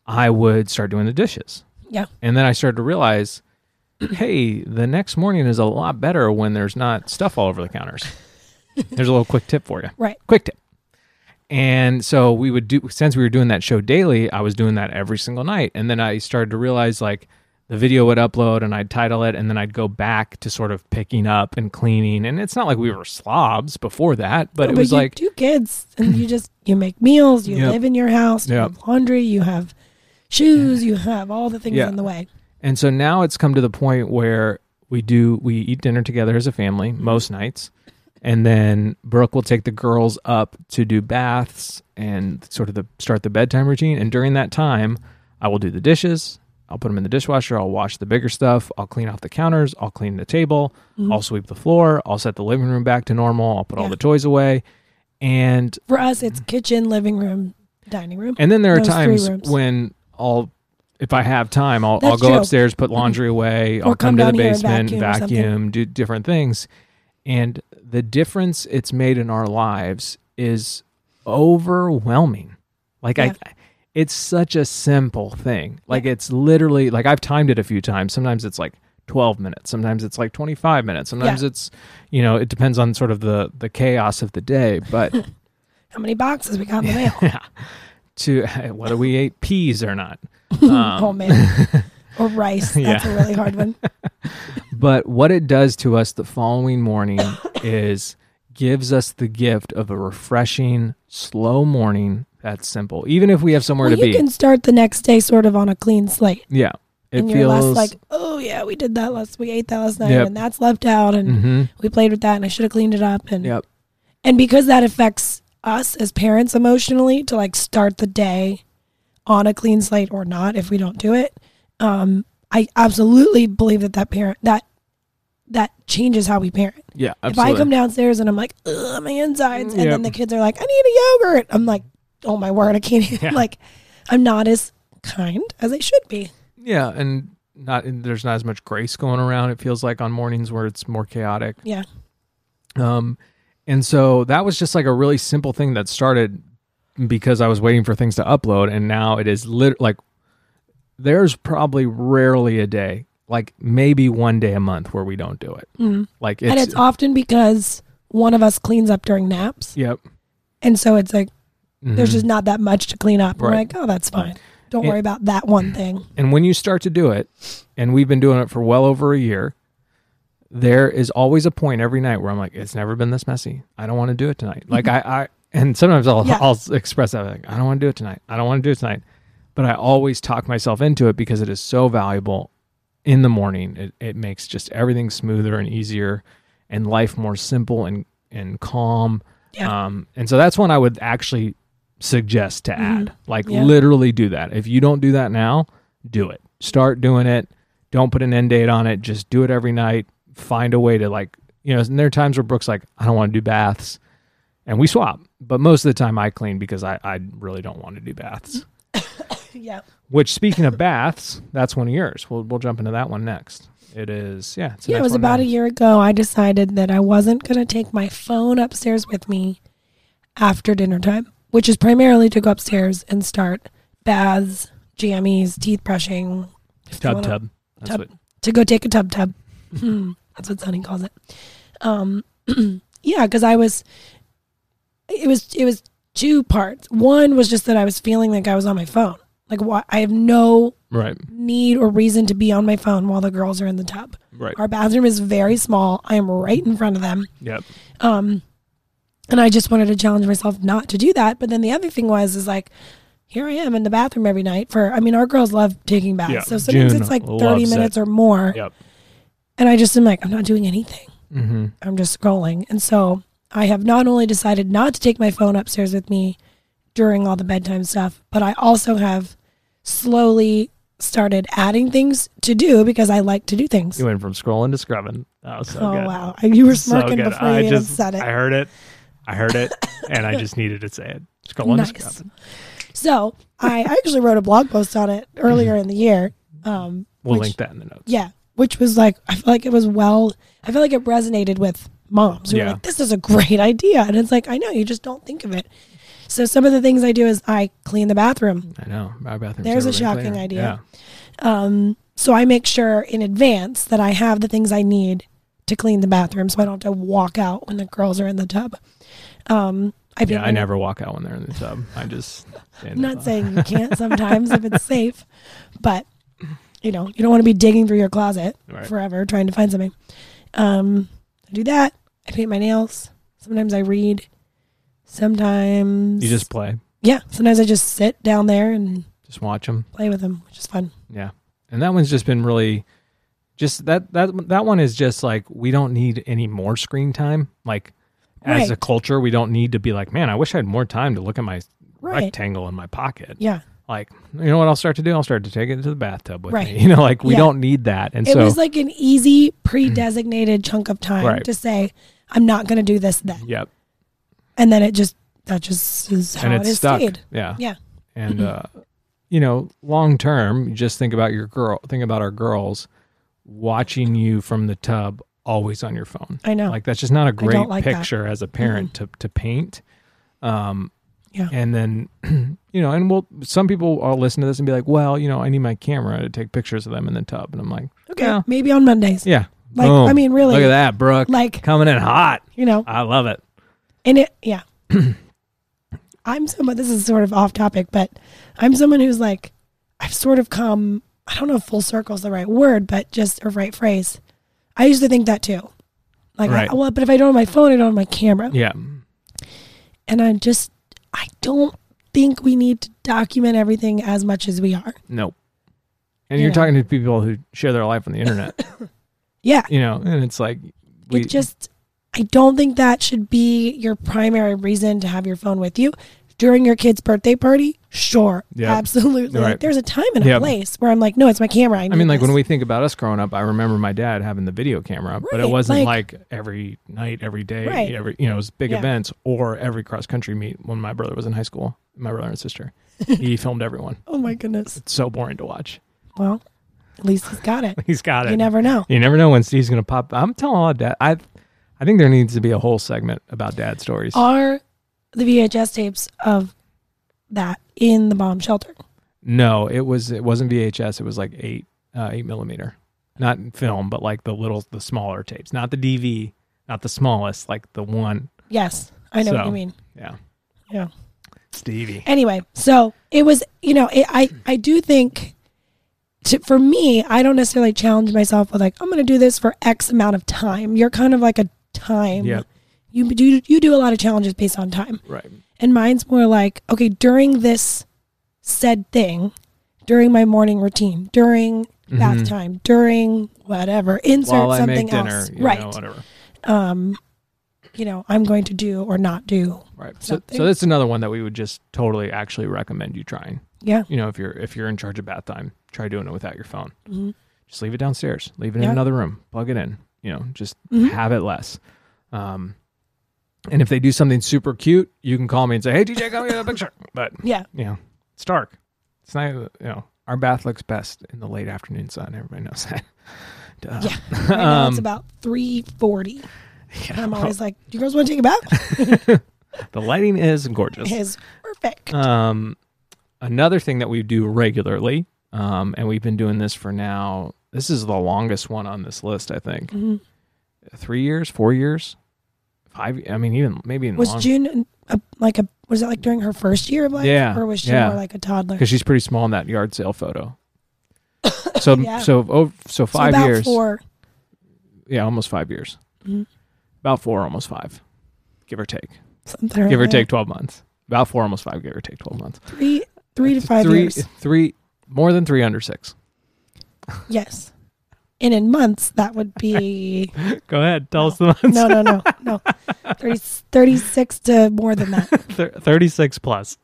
I would start doing the dishes.
Yeah.
And then I started to realize, hey, the next morning is a lot better when there's not stuff all over the counters. There's a little quick tip for you.
Right.
Quick tip. And so we would do since we were doing that show daily, I was doing that every single night. And then I started to realize like the video would upload and I'd title it and then I'd go back to sort of picking up and cleaning. And it's not like we were slobs before that, but it
Oh, but
was
you
like
two kids and you just you make meals, you
Yep.
live in your house, you
Yep.
have laundry, you have shoes, you have all the things
Yeah.
in the way.
And so now it's come to the point where we do we eat dinner together as a family most nights. And then Brooke will take the girls up to do baths and sort of the start the bedtime routine. And during that time, I will do the dishes. I'll put them in the dishwasher. I'll wash the bigger stuff. I'll clean off the counters. I'll clean the table. I'll sweep the floor. I'll set the living room back to normal. I'll put all
Yeah.
the toys away. And
For us it's kitchen, living room, dining room.
Mm-hmm. and then there are
Those three
times
rooms.
when I'll, if I have time, I'll, I'll
That's
go
true.
upstairs, put laundry away, I'll
Or
come,
come
to the
down here and
basement,
vacuum or something.
vacuum, do different things. And the difference it's made in our lives is overwhelming. Like,
Yeah.
I, it's such a simple thing. Like, it's literally, like, I've timed it a few times. Sometimes it's like, 12 minutes sometimes it's like 25 minutes sometimes it's you know it depends on sort of the the chaos of the day but
How many boxes we got in the mail?
to whether we ate peas or not Um,
oh man. or rice. That's a really hard one.
But what it does to us the following morning is gives us the gift of a refreshing, slow morning that's simple. Even if we have somewhere
Well,
to be.
you can start the next day sort of on a clean slate.
yeah. It
and you're
feels
less like, oh yeah, we did that last, we ate that last night,
Yep.
and that's left out, and
Mhm.
we played with that, and I should have cleaned it up, and
Yep.
and because that affects us as parents emotionally to like start the day on a clean slate or not if we don't do it. Um, I absolutely believe that that parent that that changes how we parent.
Yeah.
If I come downstairs and I'm like, ugh, my insides, and
Yep.
then the kids are like, I need a yogurt. I'm like, oh my word, I can't.
Yeah.
like, I'm not as kind as I should be.
yeah. And not and there's not as much grace going around. It feels like on mornings where it's more chaotic.
Yeah.
Um, and so that was just like a really simple thing that started because I was waiting for things to upload, and now it is lit like there's probably rarely a day, like maybe one day a month where we don't do it.
Mm-hmm.
Like it's,
and it's often because one of us cleans up during naps.
yep.
And so it's like,
Mhm.
there's just not that much to clean up. We're
Right.
like, oh, that's fine. Don't
And-
worry about that one thing.
And when you start to do it, and we've been doing it for well over a year, there is always a point every night where I'm like, it's never been this messy. I don't want to do it tonight. Like I, I and sometimes I'll
Mm-hmm. Yeah.
I'll express that like, I don't want to do it tonight. I don't want to do it tonight. But I always talk myself into it because it is so valuable in the morning. It it makes just everything smoother and easier and life more simple and and calm.
Yeah. Mm-hmm.
Um and so that's one I would actually suggest to add. Like
Yeah.
literally do that. If you don't do that now, do it. Start doing it. Don't put an end date on it. Just do it every night. Find a way to like, you know, and there are times where Brooke's like, I don't want to do baths. And we swap. But most of the time I clean because I, I really don't want to do baths.
yeah.
Which speaking of baths, that's one of yours. We'll we'll jump into that one next. It is yeah, it's the
Yeah, it
next
was
one
about a
down.
year ago. I decided that I wasn't going to take my phone upstairs with me after dinner time, which is primarily to go upstairs and start baths, jammies, teeth brushing, if you
Tub
wanna-
tub. That's
tub.
what
to go take a tub tub. Hmm, That's what Sonny calls it. Um, yeah, because I was, it was, it was two parts. One was just that I was feeling like I was on my phone. Like why I have no
Right.
need or reason to be on my phone while the girls are in the tub.
Right.
Our bathroom is very small. I am right in front of them.
Yep.
Um, and I just wanted to challenge myself not to do that. But then the other thing was, is like, here I am in the bathroom every night for, I mean, our girls love taking baths.
Yeah,
So sometimes
June
it's like 30
loves it.
minutes or more.
Yep.
And I just am like, I'm not doing anything.
Mm-hmm.
I'm just scrolling. And so I have not only decided not to take my phone upstairs with me during all the bedtime stuff, but I also have slowly started adding things to do because I like to do things.
You went from scrolling to scrubbing. That was so
oh,
good.
wow. You were
So
smirking
good.
before
I
you
just
even said it.
I heard it. I heard it, and I just needed to say it. Scrolling
Nice.
to scrubbing.
So I actually wrote a blog post on it earlier in the year.
Mm-hmm.
Um,
We'll
which-
link that in the notes.
Yeah, which was like I feel like it was well. I feel like it resonated with moms who were
Yeah.
like, "This is a great idea," and it's like I know you just don't think of it. So some of the things I do is I clean the bathroom.
I know. Our bathroom's
There's a
never been
shocking
cleaner.
idea.
Yeah.
Um, so I make sure in advance that I have the things I need to clean the bathroom, so I don't have to walk out when the girls are in the tub. Um, I
Yeah,
paint
I
my
never walk out when they're in the tub. I just
I'm not saying you can't sometimes if it's safe, but you know, you don't want to be digging through your closet
Right.
forever trying to find something. Um, I do that. I paint my nails. Sometimes I read. Sometimes
you just play,
yeah. Sometimes I just sit down there and
just watch them.
play with them, which is fun.
Yeah, and that one's just been really, just that that that one is just like we don't need any more screen time. Like as a
Right.
culture, we don't need to be like, man, I wish I had more time to look at my
Right.
rectangle in my pocket.
Yeah.
Like, you know what? I'll start to do. I'll start to take it to the bathtub with
Right.
me. You know, like we
Yeah.
don't need that. And
it
so,
was like an easy pre-designated chunk of time
Right.
to say I'm not going to do this then,
yep,
and then it just that just is how
and
it
it's
has
stuck.
stayed.
Yeah,
Yeah. Mm-hmm.
and uh, you know, long term, you just think about your girl. Think about our girls watching you from the tub, always on your phone.
I know.
Like that's just not a
don't
great
like that. Mm-hmm.
picture as a parent to to paint. Um,
Yeah.
And then, you know, and we'll some people will listen to this and be like, well, you know, I need my camera to take pictures of them in the tub, and I'm like,
okay,
Yeah.
maybe on Mondays.
yeah,
Like,
boom.
I mean, really.
look at that, Brooke,
Like
coming in hot.
you know,
I love it.
And it, yeah. I'm someone, this is sort of off topic, but I'm someone who's like, I've sort of come, I don't know if full circle is the right word, but just a right phrase. I used to think that too. Like, I-
Right.
well, but if I don't have my phone, I don't have my camera.
Yeah,
And I just, I don't think we need to document everything as much as we are.
nope. And
You
you're
know.
talking to people who share their life on the internet,
Yeah.
you know, and it's like we
it just, I don't think that should be your primary reason to have your phone with you. During your kid's birthday party, sure,
Yep.
absolutely. Like,
Right.
there's a time and a
Yep.
place where I'm like, no, it's my camera. I,
I mean, like when we think about us growing up, I remember my dad having the video camera, but it
Right,
wasn't
like-
like, every night, every day,
Right.
every you know, it was big
Yeah.
events or every cross country meet when my brother was in high school. My brother and sister, he filmed everyone.
Oh my goodness.
It's so boring to watch.
Well, at least he's got it.
He's got it.
You never know.
You never know when Steve's gonna pop. I'm telling all dad. I, I think there needs to be a whole segment about dad stories.
Are the VHS tapes of that in the bomb shelter?
no, it was it wasn't VHS. It was like eight uh, eight millimeter, not in film, but like the little the smaller tapes, not the DV, not the smallest, like the one.
Yes, I know what
So.
you mean.
Yeah,
Yeah.
Stevie.
Anyway, so it was, you know, it, I I do think to, for me, I don't necessarily challenge myself with like I'm going to do this for X amount of time. You're kind of like a time.
Yeah.
You do you do a lot of challenges based on time.
Right.
And mine's more like, okay, during this said thing, during my morning routine, during bath time, during whatever, insert
Mm-hmm. While I
something
make dinner,
else.
you know,
right.
whatever.
um, you know, I'm going to do or not do.
Right. So,
Something.
so that's another one that we would just totally actually recommend you trying.
Yeah.
You know, if you're if you're in charge of bath time, try doing it without your phone.
Mhm.
Just leave it downstairs. Leave it in
Yeah.
another room. Plug it in. You know, just
Mhm.
have it less. Um, and if they do something super cute, you can call me and say, "Hey, DJ, come get a picture." But
Yeah.
you know, it's dark. It's not. You know, our bath looks best in the late afternoon sun. Everybody knows that. Duh.
Yeah. Right now it's
Um,
about three forty. And
yeah.
I'm always like, Do you girls want to take a bath?
the lighting is gorgeous.
It's perfect.
Um, another thing that we do regularly, um, and we've been doing this for now. This is the longest one on this list, I think.
Mhm.
Three years, four years, five. I mean, even maybe even
was
longer.
June a, like a was that like during her first year of life?
Yeah,
Or was she
yeah.
more like a toddler?
because she's pretty small in that yard sale photo. So
Yeah.
so oh, so
So
five
about
years.
Four.
Yeah, almost five years.
Mhm.
About four, almost five, give or take.
Something
give or
around
take twelve months. About four, almost five, give or take twelve months.
there. Three three to five
three,
years.
Three more than three under six.
Yes. And in months that would be
Go ahead, tell
No.
us the months.
no, no, no, no. 30, 36 to more than that
Thir- Thirty-six plus.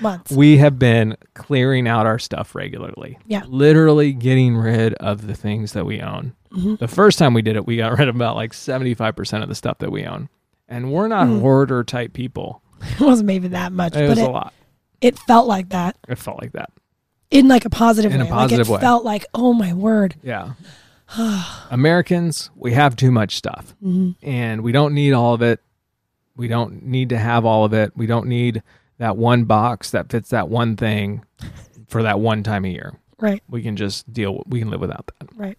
months.
We have been clearing out our stuff regularly.
Yeah.
literally getting rid of the things that we own.
Mhm.
The first time we did it, we got rid of about like 75% of the stuff that we own. And we're not
Hmm.
hoarder type people.
It wasn't maybe that much,
It
but
was a
it,
lot.
it felt like that
It felt like that.
in like a positive
In a
way.
positive way.
like it felt like, oh my word. Mm-hmm.
Yeah. Americans, we have too much stuff
Mhm.
and we don't need all of it. We don't need to have all of it. We don't need that one box that fits that one thing for that one time a year.
Right,
We can just deal, we can live without that.
right.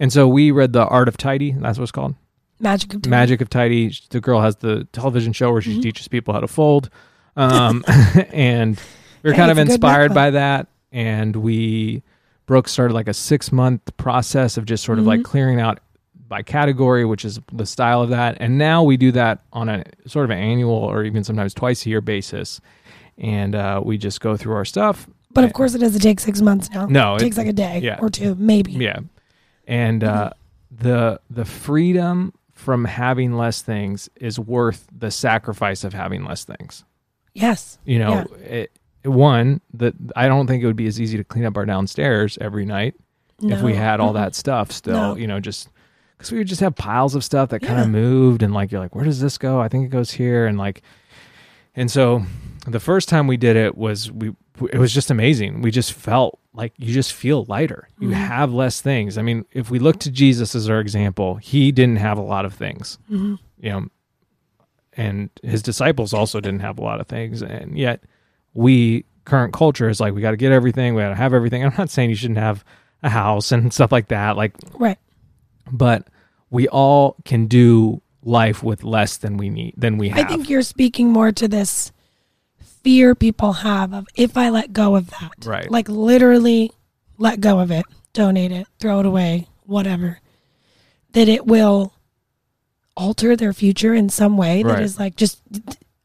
And so we read The Art of Tidy. That's what it's called.
Magic of time.
Magic of Tidy. The girl has the television show where she
Mhm.
teaches people how to fold. Um, and we were
Hey,
kind of
it's a good
inspired
book.
by that. And we, Brooke started like a six month process of just sort of like
Mhm.
clearing out by category, which is the style of that. And now we do that on a sort of an annual or even sometimes twice a year basis. And uh, we just go through our stuff.
But of course, it doesn't take six months now.
No,
it
it-
takes like a day
yeah.
or two, maybe.
Yeah. And uh, the the freedom from having less things is worth the sacrifice of having less things.
Yes,
You know, it, one that I don't think it would be as easy to clean up our downstairs every night if we
No.
had all that stuff still,
No.
you know, just because we would just have piles of stuff that kind
Yeah.
of moved and like, you're like, where does this go? I think it goes here. And like, and so the first time we did it was we, it was just amazing. We just felt like you just feel lighter. You
Mhm.
have less things. I mean, if we look to Jesus as our example, he didn't have a lot of things,
Mhm.
you know, and his disciples also didn't have a lot of things. And yet we current culture is like we got to get everything, we got to have everything. I'm not saying you shouldn't have a house and stuff like that, like
right.
but we all can do life with less than we need than we
Mm-hmm. I
have.
think you're speaking more to this fear people have of if I let go of that,
Right.
Like literally, let go of it, donate it, throw it away, whatever. That it will alter their future in some way. That
Right.
is like just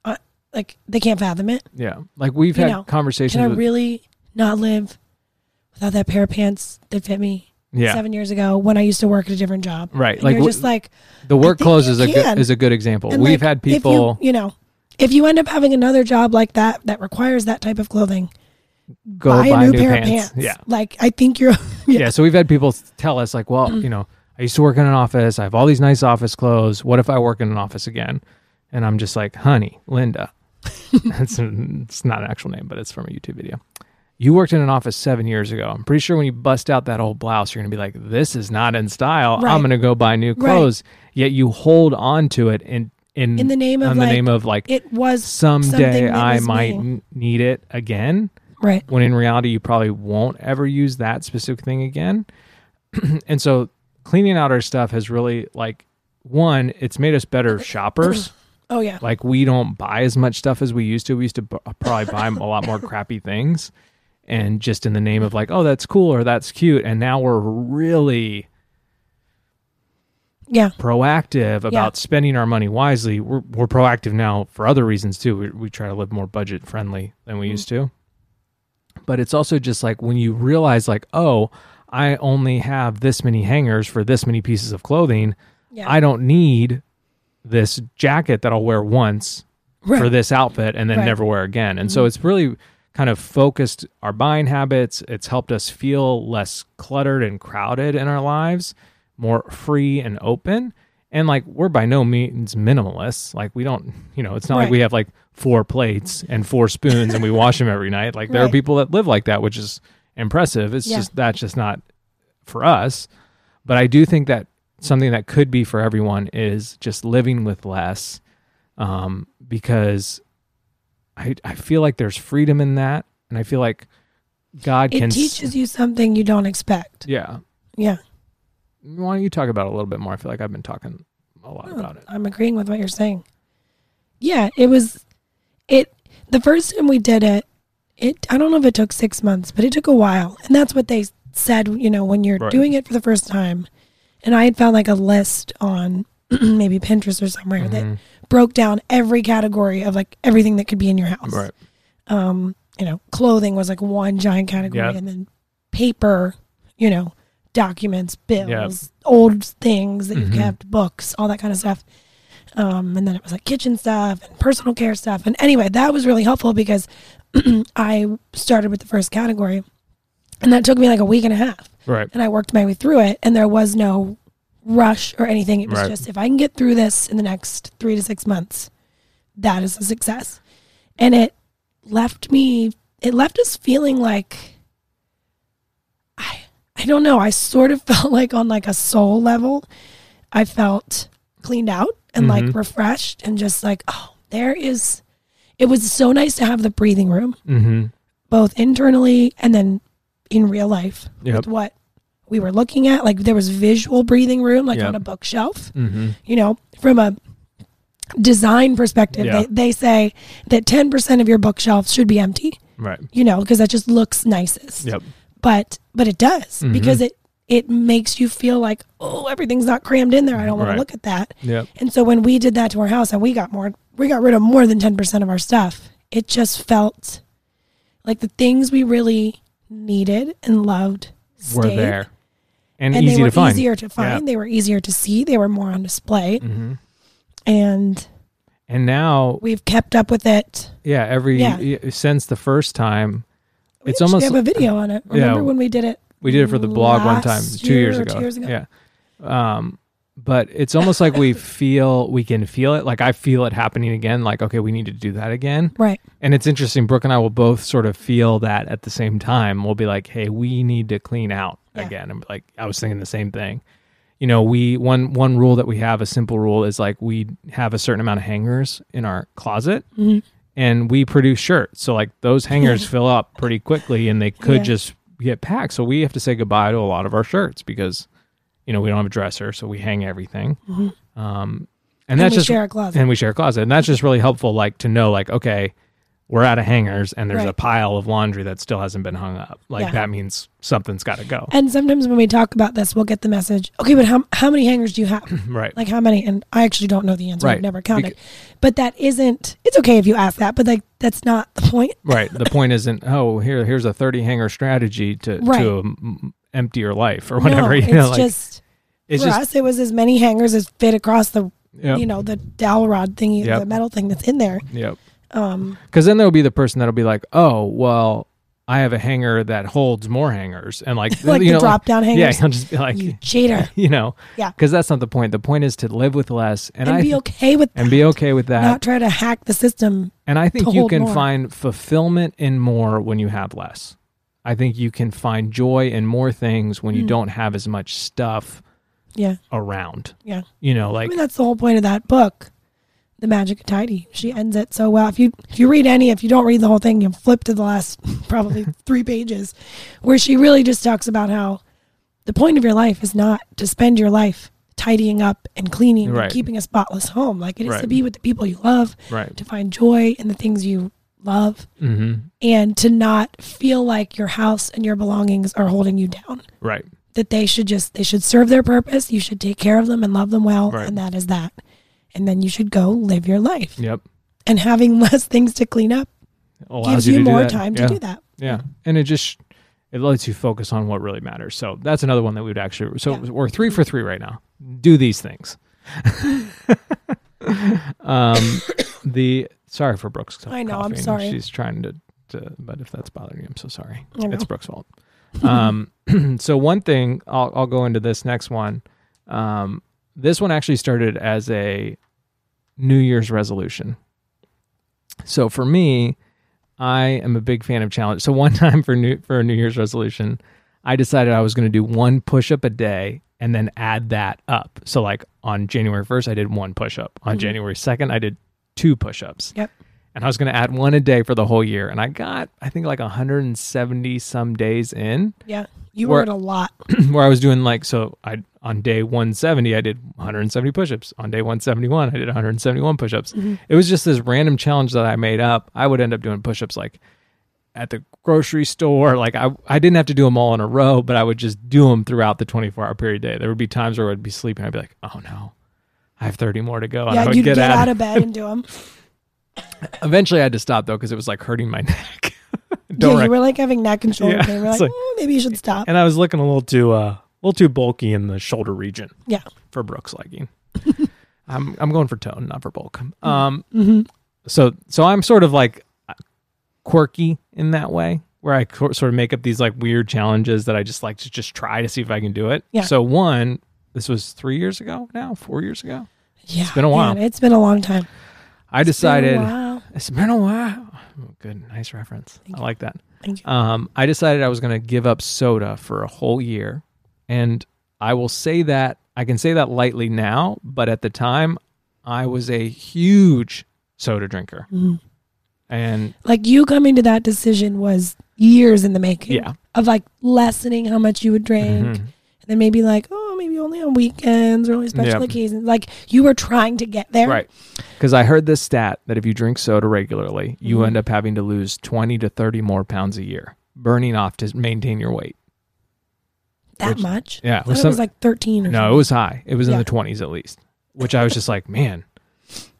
uh, like they can't fathom it.
yeah, like we've
You
had
know,
conversations.
Can I
with,
really not live without that pair of pants that fit me
yeah,
seven years ago when I used to work at a different job?
Right,
And
like,
you're
wh-
just like,
the work
think
clothes
you
is a
can.
good is a good example.
And,
we've
like,
had
if you-
people.
you, know, if you end up having another job like that that requires that type of clothing,
go
buy, a new, pair
pants.
of pants.
Yeah.
like I think you're.
yeah, So we've had people tell us like, well, you know, I used to work in an office. I have all these nice office clothes. What if I work in an office again? And I'm just like, honey, Linda. it's, it's not an actual name, but it's from a YouTube video. You worked in an office seven years ago. I'm pretty sure when you bust out that old blouse, you're going to be like, this is not in style.
Right.
I'm going to go buy new
Right.
clothes. Yet you hold on to it in, in,
In the name of,
Mm-hmm. on the
like,
name of like,
It was
someday
something that
I
was
might
me.
n- need it again
right.
when in reality you probably won't ever use that specific thing again. and so cleaning out our stuff has really like one, it's made us better shoppers.
Oh yeah,
like we don't buy as much stuff as we used to. We used to bu- probably buy a lot more crappy things and just in the name of like, oh, that's cool or that's cute. And now we're really
yeah,
proactive about spending our money wisely. We're, we're proactive now for other reasons too. We, we try to live more budget friendly than we used to. But it's also just like when you realize, like, oh, I only have this many hangers for this many pieces of clothing.
yeah.
I don't need this jacket that I'll wear once
right.
for this outfit and then
Right. Mm-hmm.
never wear again. And so it's really kind of focused our buying habits. It's helped us feel less cluttered and crowded in our lives, more free and open. And like we're by no means minimalists. Like we don't, you know, it's not like
Right.
we have like four plates and four spoons and we wash them every night. Like there are
Right.
people that live like that, which is impressive. It's
Yeah.
just that's just not for us. But I do think that something that could be for everyone is just living with less um, because I, I feel like there's freedom in that. And I feel like God
It
can. s-
teaches you something you don't expect.
Yeah.
Yeah,
Why don't you talk about it a little bit more? I feel like I've been talking a lot
Oh,
about it.
I'm agreeing with what you're saying. Yeah, it was it the first time we did it, it I don't know if it took 6 months, but it took a while. And that's what they said, you know, when you're
Right.
doing it for the first time. And I had found like a list on maybe Pinterest or somewhere
Mm-hmm.
that broke down every category of like everything that could be in your house.
Right.
Um, you know, clothing was like one giant category
Yep.
and then paper, you know, documents, bills,
Yep.
old things that
Mhm.
you've kept, books, all that kind of stuff. Um, and then it was like kitchen stuff and personal care stuff. And anyway, that was really helpful because I started with the first category and that took me like a week and a half.
Right.
And I worked my way through it and there was no rush or anything. It was
Right.
just if I can get through this in the next three to six months, that is a success. And it left me it left us feeling like I I don't know, I sort of felt like on like a soul level, I felt cleaned out and
Mhm.
like refreshed and just like, oh, there is it was so nice to have the breathing room,
Mm-hmm.
both internally and then in real life
Yep.
with what we were looking at. Like there was visual breathing room, like
Yep.
on a bookshelf
Mm-hmm.
you know, from a design perspective,
Yeah.
they, they say that 10% of your bookshelf should be empty,
Right.
you know, because that just looks nicest.
Yep.
But but it does
Mhm.
because it it makes you feel like, oh, everything's not crammed in there. I don't want
Right.
to look at that.
Yep.
And so when we did that to our house and we got more we got rid of more than 10% of our stuff, it just felt like the things we really needed and loved
We're
stayed.
there. And,
And
easy
they were
to find.
easier to find. They were easier to see. They were more on display.
Mm-hmm.
And
And now,
we've kept up with it.
yeah, every
Yeah.
y- since the first time,
We
It's
actually
almost
have a video on it.
Yeah.
Remember when we did it?
we did it for the blog one time
Last
two years
year or
ago.
two years ago.
Yeah. Um, but it's almost like we feel we can feel it. Like I feel it happening again. Like okay, we need to do that again.
Right.
And it's interesting. Brooke and I will both sort of feel that at the same time. We'll be like, "Hey, we need to clean out
Yeah.
again." And like, I was thinking the same thing. You know, we one one rule that we have, a simple rule, is like we have a certain amount of hangers in our closet,
Mhm.
and we produce shirts. So like those hangers fill up pretty quickly, and they could
Yeah.
just get packed. So we have to say goodbye to a lot of our shirts because, you know, we don't have a dresser, so we hang everything.
Mhm.
Um, and,
And,
that's
we
just
share a closet.
and we share a closet. And that's just really helpful, like to know, like, okay, we're out of hangers and there's
Right.
a pile of laundry that still hasn't been hung up. Like
Yeah.
that means something's got to go.
and sometimes when we talk about this, we'll get the message, okay, but how, how many hangers do you have?
right.
like how many? And I actually don't know the answer.
Right.
I've never counted.
Bec-
but that isn't, it's okay if you ask that, but like that's not the point.
right. The point isn't, oh, here here's a 30 hanger strategy to
Right.
to um, empty your life or whatever,
no,
you
it's
know, like
just,
it's
for
just
us, it was as many hangers as fit across the,
yep.
you know, the dowel rod thingy,
Yep.
the metal thing that's in there.
Yep.
Um,
Cuz then there'll be the person that'll be like, "Oh, well, I have a hanger that holds more hangers." And like,
like
you
the
know,
drop down
Yeah,
hangers.
he'll just be like,
you
you,
cheater.
know.
Yeah.
Cuz that's not the point. The point is to live with less and,
And,
I
be okay with that.
and be okay with that.
Not try to hack the system.
And I think
to
you
hold
can
more.
find fulfillment in more when you have less. I think you can find joy in more things when you
Mm.
don't have as much stuff
Yeah.
around.
Yeah.
You know, like
I mean, that's the whole point of that book, The Magic of Tidy. She ends it so well. If you if you read any, if you don't read the whole thing, you flip to the last probably three pages, where she really just talks about how the point of your life is not to spend your life tidying up and cleaning
Right.
and keeping a spotless home. Like it is
Right.
to be with the people you love,
right.
to find joy in the things you love,
Mhm.
and to not feel like your house and your belongings are holding you down.
Right.
that they should just they should serve their purpose. You should take care of them and love them well,
Right.
and that is that. And then you should go live your life.
Yep.
And having less things to clean up
Allows
gives
you,
you,
to do
more
that.
time
Yeah.
to do that.
Yeah. And it just it lets you focus on what really matters. So that's another one that we would actually so
Yeah.
we're 3 for 3 right now. Do these things. um the sorry for Brooks.
I know, I'm
coughing.
sorry.
She's trying to, to but if that's bothering you, I'm so sorry.
I know.
It's Brooks' fault. Um, so one thing I'll, I'll go into this next one. Um, this one actually started as a New Year's resolution. So for me, I am a big fan of challenge. So one time for new for a New Year's resolution, I decided I was going to do one push up a day and then add that up. So like on January 1st, I did one push up. On
Mhm.
January 2nd, I did two push ups.
Yep.
and I was going to add one a day for the whole year. And I got, I think, like 170 some days in
Yeah. You
Where-
were in a lot.
where I was doing like, so I, on day 170, I did 170 push ups. On day 171, I did 171 push ups.
Mm-hmm.
It was just this random challenge that I made up. I would end up doing push ups like at the grocery store. Like I, I didn't have to do them all in a row, but I would just do them throughout the 24 hour period day. There would be times where I would be sleeping. I'd be like, oh no, I have 30 more to go. And I
Yeah,
would
you'd get,
at
out
it.
of bed and do them.
Eventually, I had to stop though because it was like hurting my neck. Don't
yeah,
rec-
you were like having neck and shoulder
Yeah,
pain. We're
it's
like,
like-
"Mm, maybe you should stop.
and I was looking a little too uh, a little too bulky in the shoulder region.
Yeah.
for Brooks liking. I'm I'm going for tone, not for bulk. Um,
Mhm.
so so I'm sort of like uh, quirky in that way, where I cor- sort of make up these like weird challenges that I just like to just try to see if I can do it.
Yeah.
So one, this was three years ago now, four years ago.
Yeah.
been a while.
man, it's been a long time.
I
It's been a
decided
while.
it's been a while. Oh, Good, nice reference. I like that.
Thank you.
um, I decided I was going to give up soda for a whole year. And I will say that I can say that lightly now, but at the time, I was a huge soda drinker. And
Mm-hmm. Like you coming to that decision was years in the making.
Yeah. Mhm. Mm-hmm.
Of like lessening how much you would drink. And then maybe like, oh, maybe only on weekends or only special
Yep.
occasions. Like you were trying to get there.
right. Because I heard this stat that if you drink soda regularly, you
Mm-hmm.
end up having to lose 20 to 30 more pounds a year, burning off to maintain your weight.
That
Which-
much.
Yeah.
I thought it was like 13 or
No, it
something.
was high. It was in
Yeah.
the twenties at least, which I was just like, man,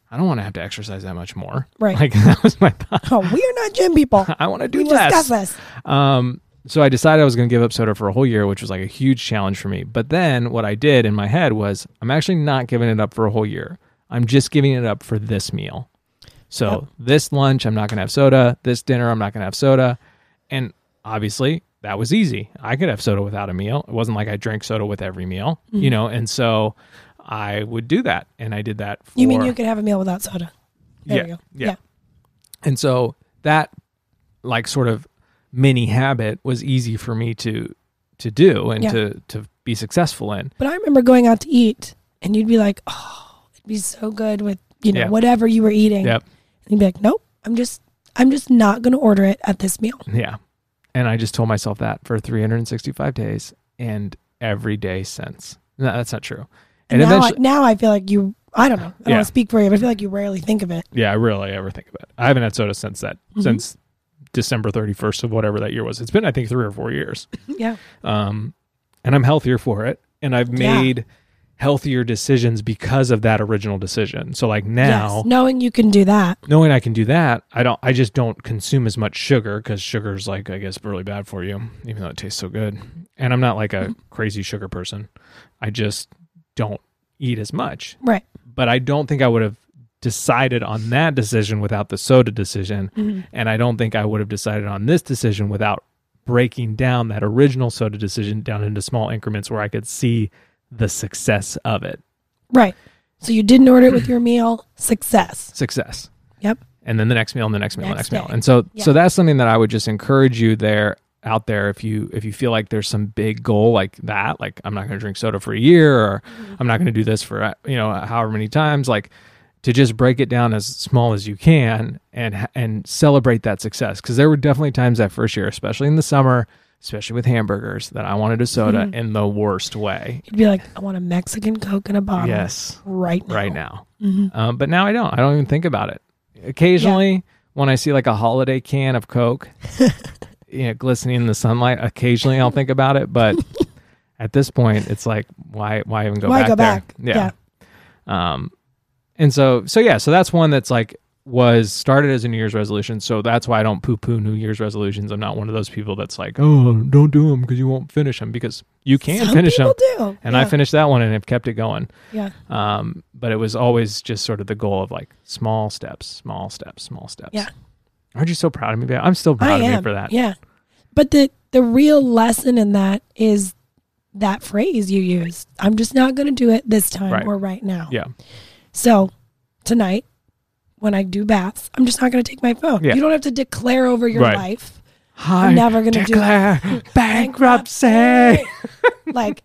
I don't want to have to exercise that much more.
Right.
Like that was my thought.
Oh, we are not gym people.
I want to do
we
less.
discuss this.
Um, so I decided I was going to give up soda for a whole year, which was like a huge challenge for me. But then what I did in my head was, I'm actually not giving it up for a whole year. I'm just giving it up for this meal. So this lunch, I'm not going to have soda. This dinner, I'm not going to have soda. And obviously, that was easy. I could have soda without a meal. It wasn't like I drank soda with every meal,
Mm-hmm.
you know. And so I would do that, and I did that. For,
You mean you could have a meal without soda? There
Yeah,
we go.
yeah. And so that like sort of mini habit was easy for me to to do and
Yeah.
to to be successful in.
But I remember going out to eat and you'd be like, oh, it'd be so good with, you know,
Yeah.
whatever you were eating.
Yep.
And you'd be like, nope, I'm just, I'm just not going to order it at this meal.
Yeah. And I just told myself that for 365 days and every day since. No, that's not true. And,
And, now, I,
eventually
now I feel like you, I don't know, I don't
Yeah.
want to speak for you, but I feel like you rarely think of it.
Yeah, I rarely ever think about it. I haven't had soda since that
Mm-hmm.
since December 31st of whatever that year was. It's been I think 3 or 4 years.
yeah.
um, and I'm healthier for it. And I've
Yeah.
made healthier decisions because of that original decision. So like now,
Yes. Knowing you can do that.
knowing I can do that, I don't. I just don't consume as much sugar because sugar's like I guess really bad for you, even though it tastes so good. And I'm not like a crazy sugar person. I just don't eat as much.
Right.
But I don't think I would have decided on that decision without the soda decision and I don't think I would have decided on this decision without breaking down that original soda decision down into small increments where I could see the success of it.
Right. So you didn't order it with your meal. Success.
Success.
Yep.
And then the next meal and the next meal,
Next
the next meal.
day.
And so
Yeah.
so that's something that I would just encourage you there out there if you if you feel like there's some big goal like that, like I'm not going to drink soda for a year or
Mm-hmm.
I'm not going to do this for uh, you know however many times like to just break it down as small as you can and and celebrate that success because there were definitely times that first year especially in the summer especially with hamburgers that i wanted a soda
Mm-hmm.
in the worst way
You'd be like, I want a Mexican Coke in a bottle.
yes
Right now. Mm-hmm.
right now um, but now i don't i don't even think about it occasionally when i see like a holiday can of coke you know glistening in the sunlight occasionally i'll think about it but at this point it's like why why even go
Why
back there?
go back? Yeah.
Um, and so, so yeah, so that's one that's like was started as a New Year's resolution. So that's why I don't poo poo New Year's resolutions. I'm not one of those people that's like, oh, don't do them because you won't finish them because you can
Some
finish them.
people do.
And
yeah.
I finished that one and have kept it going.
Yeah.
Um, but it was always just sort of the goal of like small steps, small steps, small steps.
Yeah.
Aren't you so proud of me? babe? I'm still
I
proud of
am.
you for that.
Yeah. But the the real lesson in that is that phrase you used. I'm just not going to do it this time
Right.
or right now.
Yeah.
So tonight, when I do baths, I'm just not going to take my phone.
Yeah.
You don't have to declare over your
Right.
life
I'm
never gonna do it.
do bankruptcy.
like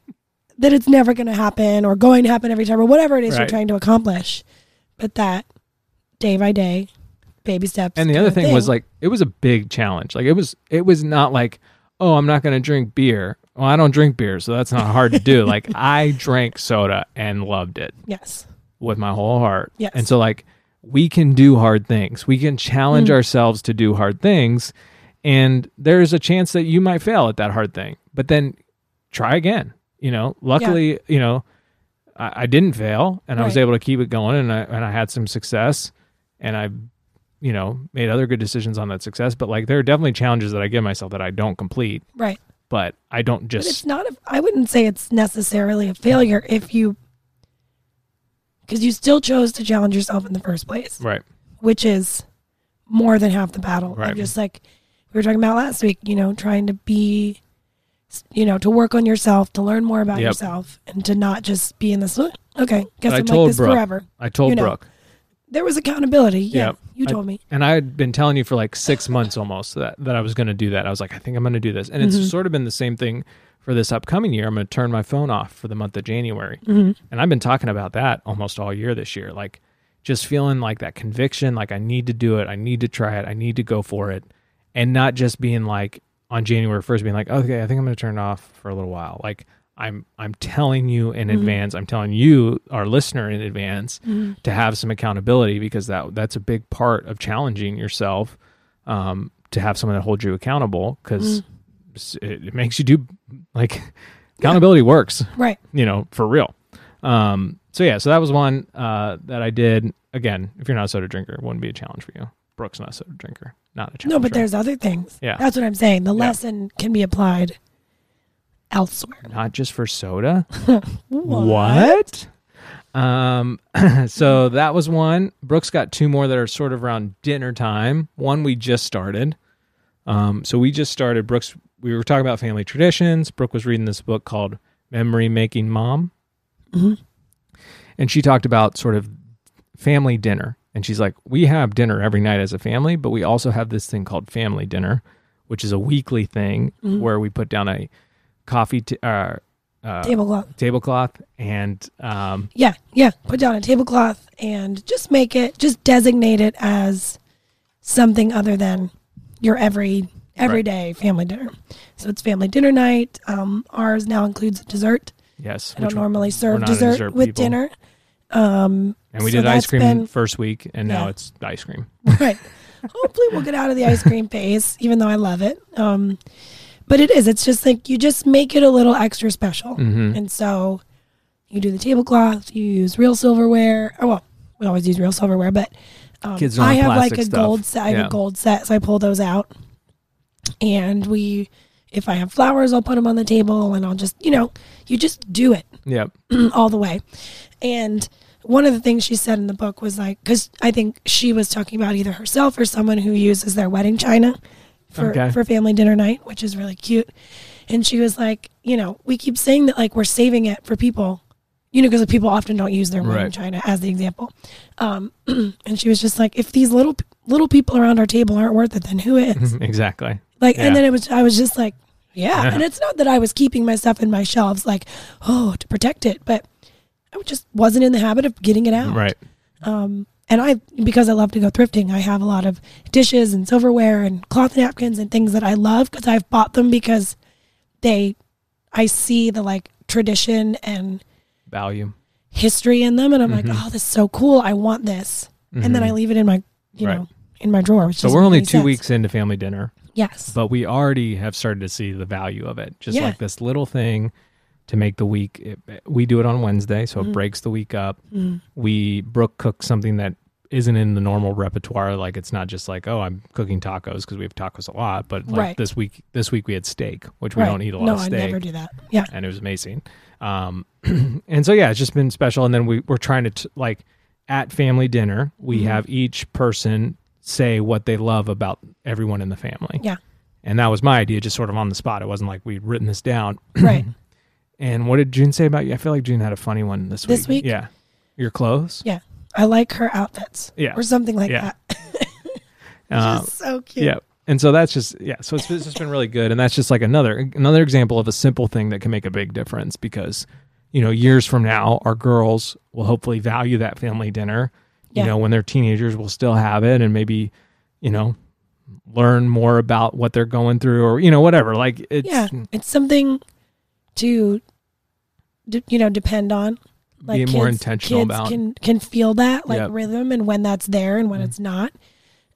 that it's never going to happen or going to happen every time or whatever it is you're
Right.
trying to accomplish. But that day by day, baby steps.
And the
kind
other
of
thing was like it was a big challenge. Like it was it was not like, oh, I'm not gonna drink beer. Well, I don't drink beer, so that's not hard to do. like I drank soda and loved it
yes,
with my whole heart.
Yes.
And so like we can do hard things. We can
Mm.
challenge ourselves to do hard things. And there's a chance that you might fail at that hard thing. But then try again. You know, luckily, you know, I, I didn't fail and I was
Right.
able to keep it going and I and I had some success and I you know, made other good decisions on that success. But like there are definitely challenges that I give myself that I don't complete,
right.
but I don't
But it's
just
not. A, I wouldn't say it's necessarily a failure if you, because you still chose to challenge yourself in the first place,
Right.
which is more than half the battle. Of
Right.
Just like we were talking about last week, you know, trying to be, you know, to work on yourself, to learn more about
Yep.
yourself, and to not just be in this. "Ugh, Okay, guess
I
I'm
told
like this
Brooke.
forever.
I told
you know.
Brooke.
There was accountability. Yeah,
Yep.
you
I-
told me.
and I had been telling you for like six months almost that, that I was going to do that. I was like, I think I'm going to do this. And it's sort of been the same thing for this upcoming year. I'm going to turn my phone off for the month of January. And I've been talking about that almost all year this year. Like just feeling like that conviction, like I need to do it. I need to try it. I need to go for it. And not just being like on January 1st, being like, okay, I think I'm going to turn it off for a little while. Like, I'm I'm telling you in advance. I'm telling you, our listener, in advance, to have some accountability because that that's a big part of challenging yourself um, to have someone that holds you accountable because it, it makes you do like accountability works,
Right.
you know, for real. Um, so yeah, so that was one uh, that I did. Again, if you're not a soda drinker, it wouldn't be a challenge for you. Brooke's not a soda drinker, not a challenge.
No, but
right?
there's other things.
Yeah.
That's what I'm saying. The lesson can be applied elsewhere.
not just for soda. What? Um, so that was one. Brooks got two more that are sort of around dinner time. One we just started. Um, so we just started Brooks. We were talking about family traditions. Brooke was reading this book called Memory Making Mom,
Mhm.
and she talked about sort of family dinner. And she's like, we have dinner every night as a family, but we also have this thing called family dinner, which is a weekly thing
Mhm.
where we put down a coffee t- uh, uh,
Tablecloth.
tablecloth and um
Yeah, yeah. Put down a tablecloth and just make it, just designate it as something other than your every everyday family dinner. So it's family dinner night. Um, ours now includes dessert.
yes
I don't
which-
normally serve
not a
dessert,
dessert
with
people.
dinner. Um,
and we
so
did ice
that's
cream
been-
first week and now
Yeah.
it's ice cream
right. Hopefully, we'll get out of the ice cream phase, even though I love it. Um, but it is. It's just like you just make it a little extra special,
Mhm.
and so you do the tablecloth. You use real silverware. Oh well, we always use real silverware, but um,
Kids don't
I
like
have like a
plastic stuff.
gold set. I have
Yeah.
a gold set, so I pull those out, and we. If I have flowers, I'll put them on the table, and I'll just you know, you just do it
yep
all the way. And one of the things she said in the book was like, because I think she was talking about either herself or someone who uses their wedding china for,
Okay.
for family dinner night, which is really cute. And she was like, you know, we keep saying that like we're saving it for people, you know, because people often don't use their wedding
Right.
china as the example. Um, and she was just like, if these little little people around our table aren't worth it, then who is?
exactly
Like,
Yeah.
and then it was, I was just like, yeah.
Yeah.
And it's not that I was keeping my stuff in my shelves, like, oh, to protect it, but I just wasn't in the habit of getting it out.
right
Um, and I, because I love to go thrifting, I have a lot of dishes and silverware and cloth napkins and things that I love because I've bought them because they, I see the like tradition and
value
history in them. And I'm like,
Mm-hmm.
oh, this is so cool. I want this. And then I leave it in my, you
Right.
know, in my drawer. Which
Mm-hmm. so
doesn't
we're
make
only
any
two
sense.
weeks into family dinner
Yes.
but we already have started to see the value of it just
Yeah.
like this little thing to make the week it, we do it on wednesday so
Mm.
it breaks the week up we brooke cooks something that isn't in the normal repertoire like it's not just like oh i'm cooking tacos because we have tacos a lot but like
Right.
this week this week we had steak which we
Right.
don't eat a lot
no,
of steak
I never do that. Yeah.
and it was amazing. Um, and so yeah, it's just been special. And then we we're trying to t- like at family dinner, we
Mm-hmm.
have each person say what they love about everyone in the family.
Yeah.
And that was my idea, just sort of on the spot. It wasn't like we'd written this down.
Right.
And what did June say about you? I feel like June had a funny one this week.
This week?
yeah, your clothes.
Yeah. I like her outfits.
Yeah.
Or something like
Yeah.
that.
Uh,
She's so cute.
yeah. And so that's just yeah. So it's, it's just been really good, and that's just like another another example of a simple thing that can make a big difference because you know years from now our girls will hopefully value that family dinner you
Yeah.
know when they're teenagers will still have it and maybe you know learn more about what they're going through or you know whatever like it's
yeah, it's something to, d- you know, depend on.
being more intentional
kids
about
can can feel that like
Yep. Mm-hmm.
rhythm and when that's there and when it's not.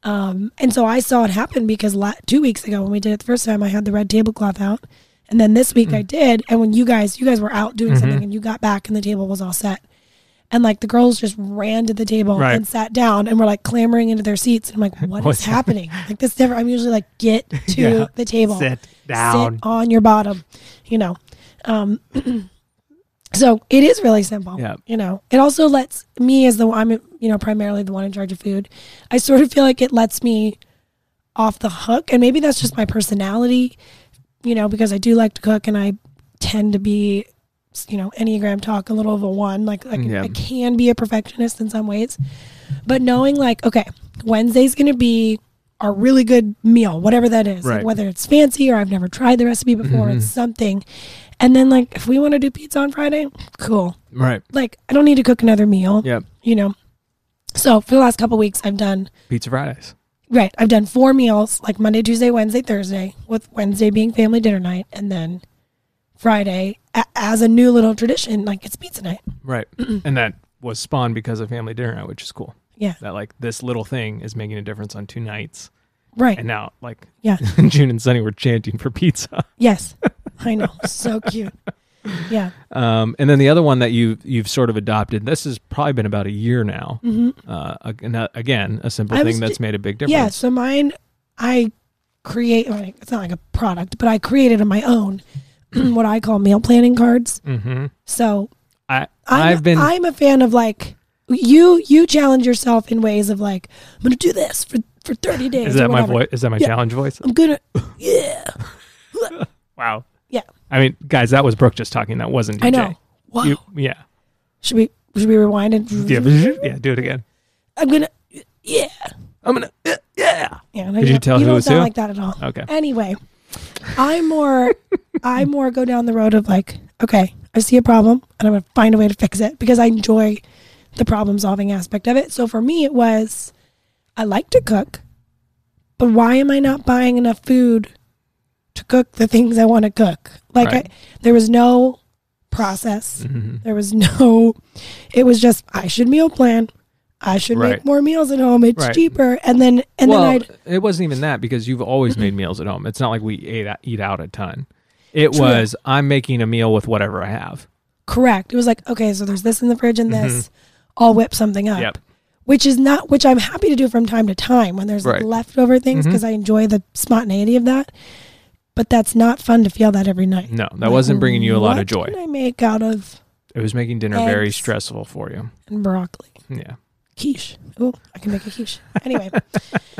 Um, and so I saw it happen because la- two weeks ago when we did it the first time, I had the red tablecloth out, and then this week
Mm.
I did. And when you guys you guys were out doing
Mm-hmm.
something and you got back and the table was all set, and like the girls just ran to the table
Right.
and sat down and were like clamoring into their seats. And I'm like, what
What's
is happening? like this never. I'm usually like, get to
Yeah.
the table
sit down
sit on your bottom, you know. Um, so it is really simple.
Yeah.
You know, it also lets me as the I'm you know primarily the one in charge of food. I sort of feel like it lets me off the hook, and maybe that's just my personality, you know, because I do like to cook and I tend to be you know enneagram talk a little of a one like like
Yeah.
i can be a perfectionist in some ways but knowing like okay wednesday's gonna be our really good meal whatever that is like
Right. Mm-hmm.
whether it's fancy or i've never tried the recipe before it's something and then like if we want to do pizza on friday cool
right
like i don't need to cook another meal
yep
you know so for the last couple weeks i've done
pizza fridays
Right. I've done four meals, like Monday, Tuesday, Wednesday, Thursday, with Wednesday being family dinner night, and then Friday a- as a new little tradition, like it's pizza night.
right and that was spawned because of family dinner night which is cool
Yeah.
that like this little thing is making a difference on two nights
Right.
and now like
Yeah.
june and sunny were chanting for pizza
yes. I know. So cute. Yeah.
Um, and then the other one that you you've sort of adopted. This has probably been about a year now.
Mm-hmm.
Uh, ag- and, uh, again, a simple
I
thing
was
that's
ju-
made a big difference.
Yeah. So mine, I create, like, it's not like a product, but I created on my own what I call meal planning cards.
Mm-hmm.
So
I
I'm,
I've been
I'm a fan of like you. You challenge yourself in ways of like I'm gonna do this for for 30 days.
is
or
that my
whatever.
voice? Is that my
Yeah.
challenge voice?
I'm gonna yeah.
Wow.
Yeah.
I mean, guys, that was Brooke just talking. That wasn't DJ.
I know. Wow.
You, yeah.
should we should we rewind and
Yeah. Yeah. Do it again.
I'm gonna yeah.
I'm gonna. uh, Yeah.
Yeah.
Could you tell who
you don't
was
sound
who?
like that at all.
Okay.
Anyway, I more I more go down the road of like okay, I see a problem and I'm gonna find a way to fix it because I enjoy the problem solving aspect of it. So for me, it was I like to cook, but why am I not buying enough food to cook the things I want to cook? Like
Right.
I, there was no process.
Mhm.
There was no, it was just, I should meal plan. I should
Right.
make more meals at home. It's
Right.
cheaper. And then, and
well,
then I'd,
it wasn't even that because you've always made meals at home. It's not like we ate out- eat out a ton. It
True.
was I'm making a meal with whatever I have.
correct. It was like, okay, so there's this in the fridge and this. I'll whip something up.
Mm-hmm. Yep.
Which is not, which I'm happy to do from time to time when there's
Right. Mm-hmm.
like leftover things because I enjoy the spontaneity of that. But that's not fun to feel that every night.
No, that wasn't bringing you a lot of joy.
What can I make out of
It was making dinner very
Eggs.
stressful for you.
broccoli?
Yeah.
quiche. Oh, I can make a quiche. Anyway,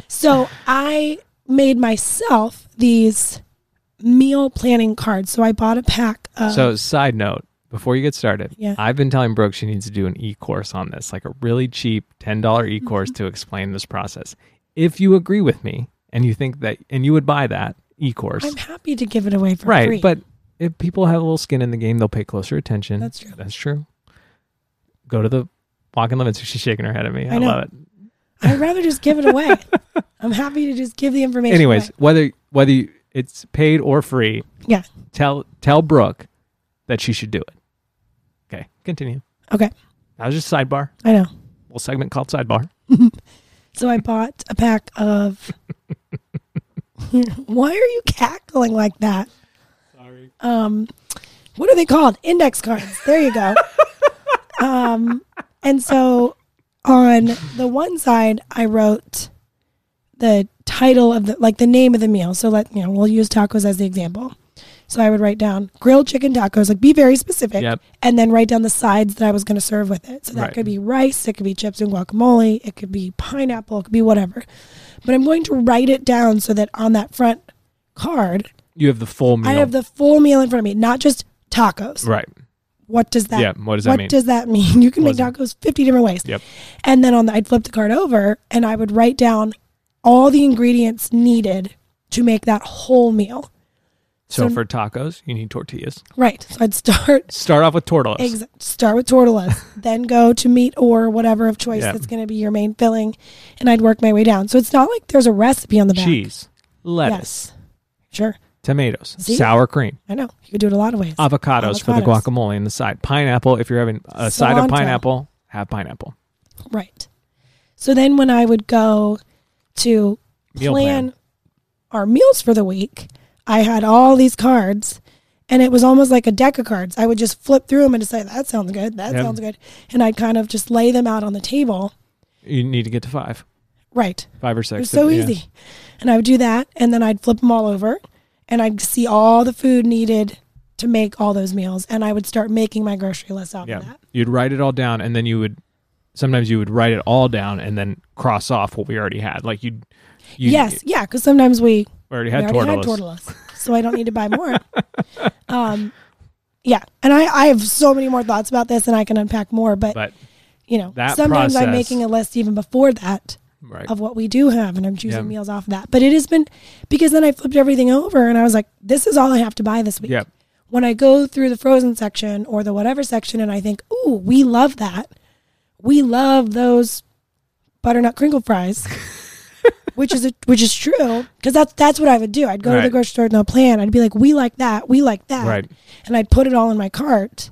so I made myself these meal planning cards. So I bought a pack of.
So, side note, before you get started,
Uh. Yeah.
I've been telling Brooke she needs to do an e course on this, like a really cheap $10 e course
Mm-hmm.
to explain this process. If you agree with me and you think that, and you would buy that e course,
I'm happy to give it away for
right?
free.
But if people have a little skin in the game, they'll pay closer attention.
That's true.
That's true. Go to the walk in limits. She's shaking her head at me. I,
I know.
love it.
I'd rather just give it away. I'm happy to just give the information.
Anyways,
away.
whether whether you, it's paid or free,
Yeah.
tell tell Brooke that she should do it. Okay, continue.
Okay.
That was just a sidebar.
I know.
little segment called sidebar.
So I bought a pack of. Why are you cackling like that?
Sorry.
um, what are they called? Index cards. There you go. um, and so on the one side, I wrote the title of the like the name of the meal. So let you know we'll use tacos as the example. So I would write down grilled chicken tacos, like be very specific,
Yep.
and then write down the sides that I was going to serve with it. So that
Right.
could be rice, it could be chips and guacamole, it could be pineapple, it could be whatever. But I'm going to write it down so that on that front card,
You have the full meal.
I have the full meal in front of me, not just tacos.
right.
What does that?
yeah. What does that
what
mean?
does that mean? You can make
Wasn't-
tacos fifty different ways.
Yep.
And then on the, I'd flip the card over and I would write down all the ingredients needed to make that whole meal.
So,
So-
for tacos, you need tortillas.
Right. So I'd start
Start off with tortillas.
ex- start with tortillas, then go to meat or whatever of choice
Yeah.
that's going to be your main filling, and I'd work my way down. So it's not like there's a recipe on the back.
Cheese, lettuce,
Yes. Sure.
tomatoes,
See?
sour cream,
I know. You could do it a lot of ways.
avocados, for the
Avocados.
guacamole and the side, pineapple. If you're having a side
Cilantro.
of pineapple, have pineapple.
Right. So then when I would go to
Meal
plan,
plan.
our meals for the week, I had all these cards and it was almost like a deck of cards. I would just flip through them and decide, that sounds good. That
Yeah.
sounds good. And I'd kind of just lay them out on the table.
You need to get to five,
Right.
five or
It
six.
was so
Yeah.
easy. And I would do that and then I'd flip them all over and I'd see all the food needed to make all those meals. And I would start making my grocery list out
Yeah.
of that.
You'd write it all down and then you would sometimes you would write it all down and then cross off what we already had. Like you'd you
yes. Yeah. Because sometimes we
already had
we already
tortillas.
had tortillas, so I don't need to buy more. um, yeah, and I, I have so many more thoughts about this, and I can unpack more. But,
But
you know,
that
sometimes I'm
process-
making a list even before that
right.
of what we do have, and I'm choosing
Yeah.
meals off that. But it has been because then I flipped everything over, and I was like, this is all I have to buy this week.
Yeah.
When I go through the frozen section or the whatever section, and I think, ooh, we love that. We love those butternut crinkle fries. which is a, which is true because that's that's what I would do. I'd go to the
Right.
grocery store with no plan. I'd be like, we like that, we like that,
Right.
and I'd put it all in my cart.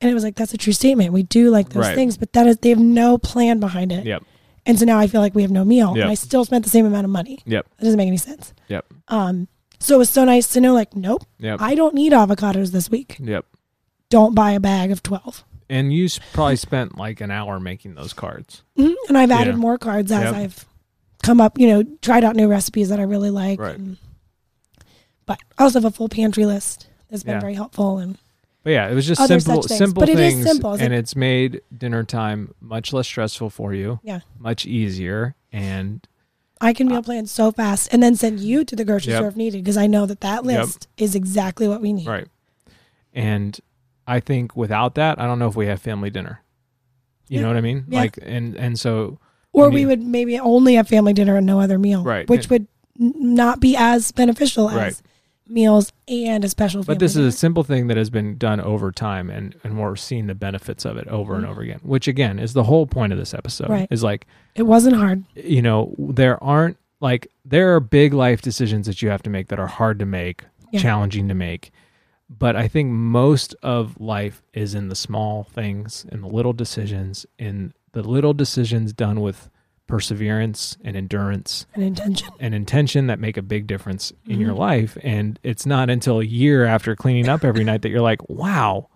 And it was like that's a true statement. We do like those
Right.
things, but that is they have no plan behind it.
Yep.
And so now I feel like we have no meal,
Yep.
and I still spent the same amount of money.
Yep.
That doesn't make any sense.
Yep.
Um, so it was so nice to know, like, nope,
Yep.
I don't need avocados this week.
yep.
Don't buy a bag of 12
And you s- probably spent like an hour making those cards.
Mhm. And I've added
Yeah.
more cards as
Yep.
I've come up, you know, tried out new recipes that I really like.
Right.
and- but I also have a full pantry list that's been
Yeah.
very helpful. And
But yeah, it was just
Other
simple
such things.
simple
But it is
things
simple. It's
and
like-
it's made dinner time much less stressful for you.
Yeah.
Much easier and
I can meal plan so fast and then send you to the grocery
Ah. Yep.
store if needed because I know that
Yep.
that list is exactly what we need.
right. And I think without that, I don't know if we have family dinner. You
Yeah.
know what I mean?
Yeah.
Like and and so
Or
We
we
need-
would maybe only have family dinner and no other meal,
Right.
which
And-
would n- not be as beneficial as
Right.
meals and a special family
But this
dinner.
is a simple thing that has been done over time, and and we're seeing the benefits of it over and over again. Which again is the whole point of this episode.
Mm-hmm. Right.
Is like
It wasn't hard.
you know there aren't like there are big life decisions that you have to make that are hard to make,
Yeah.
challenging to make. But I think most of life is in the small things, in the little decisions, in the little decisions done with perseverance and endurance
An intention.
and intention that make a big difference in your life. And it's not until a year after cleaning up every night that you're like, wow,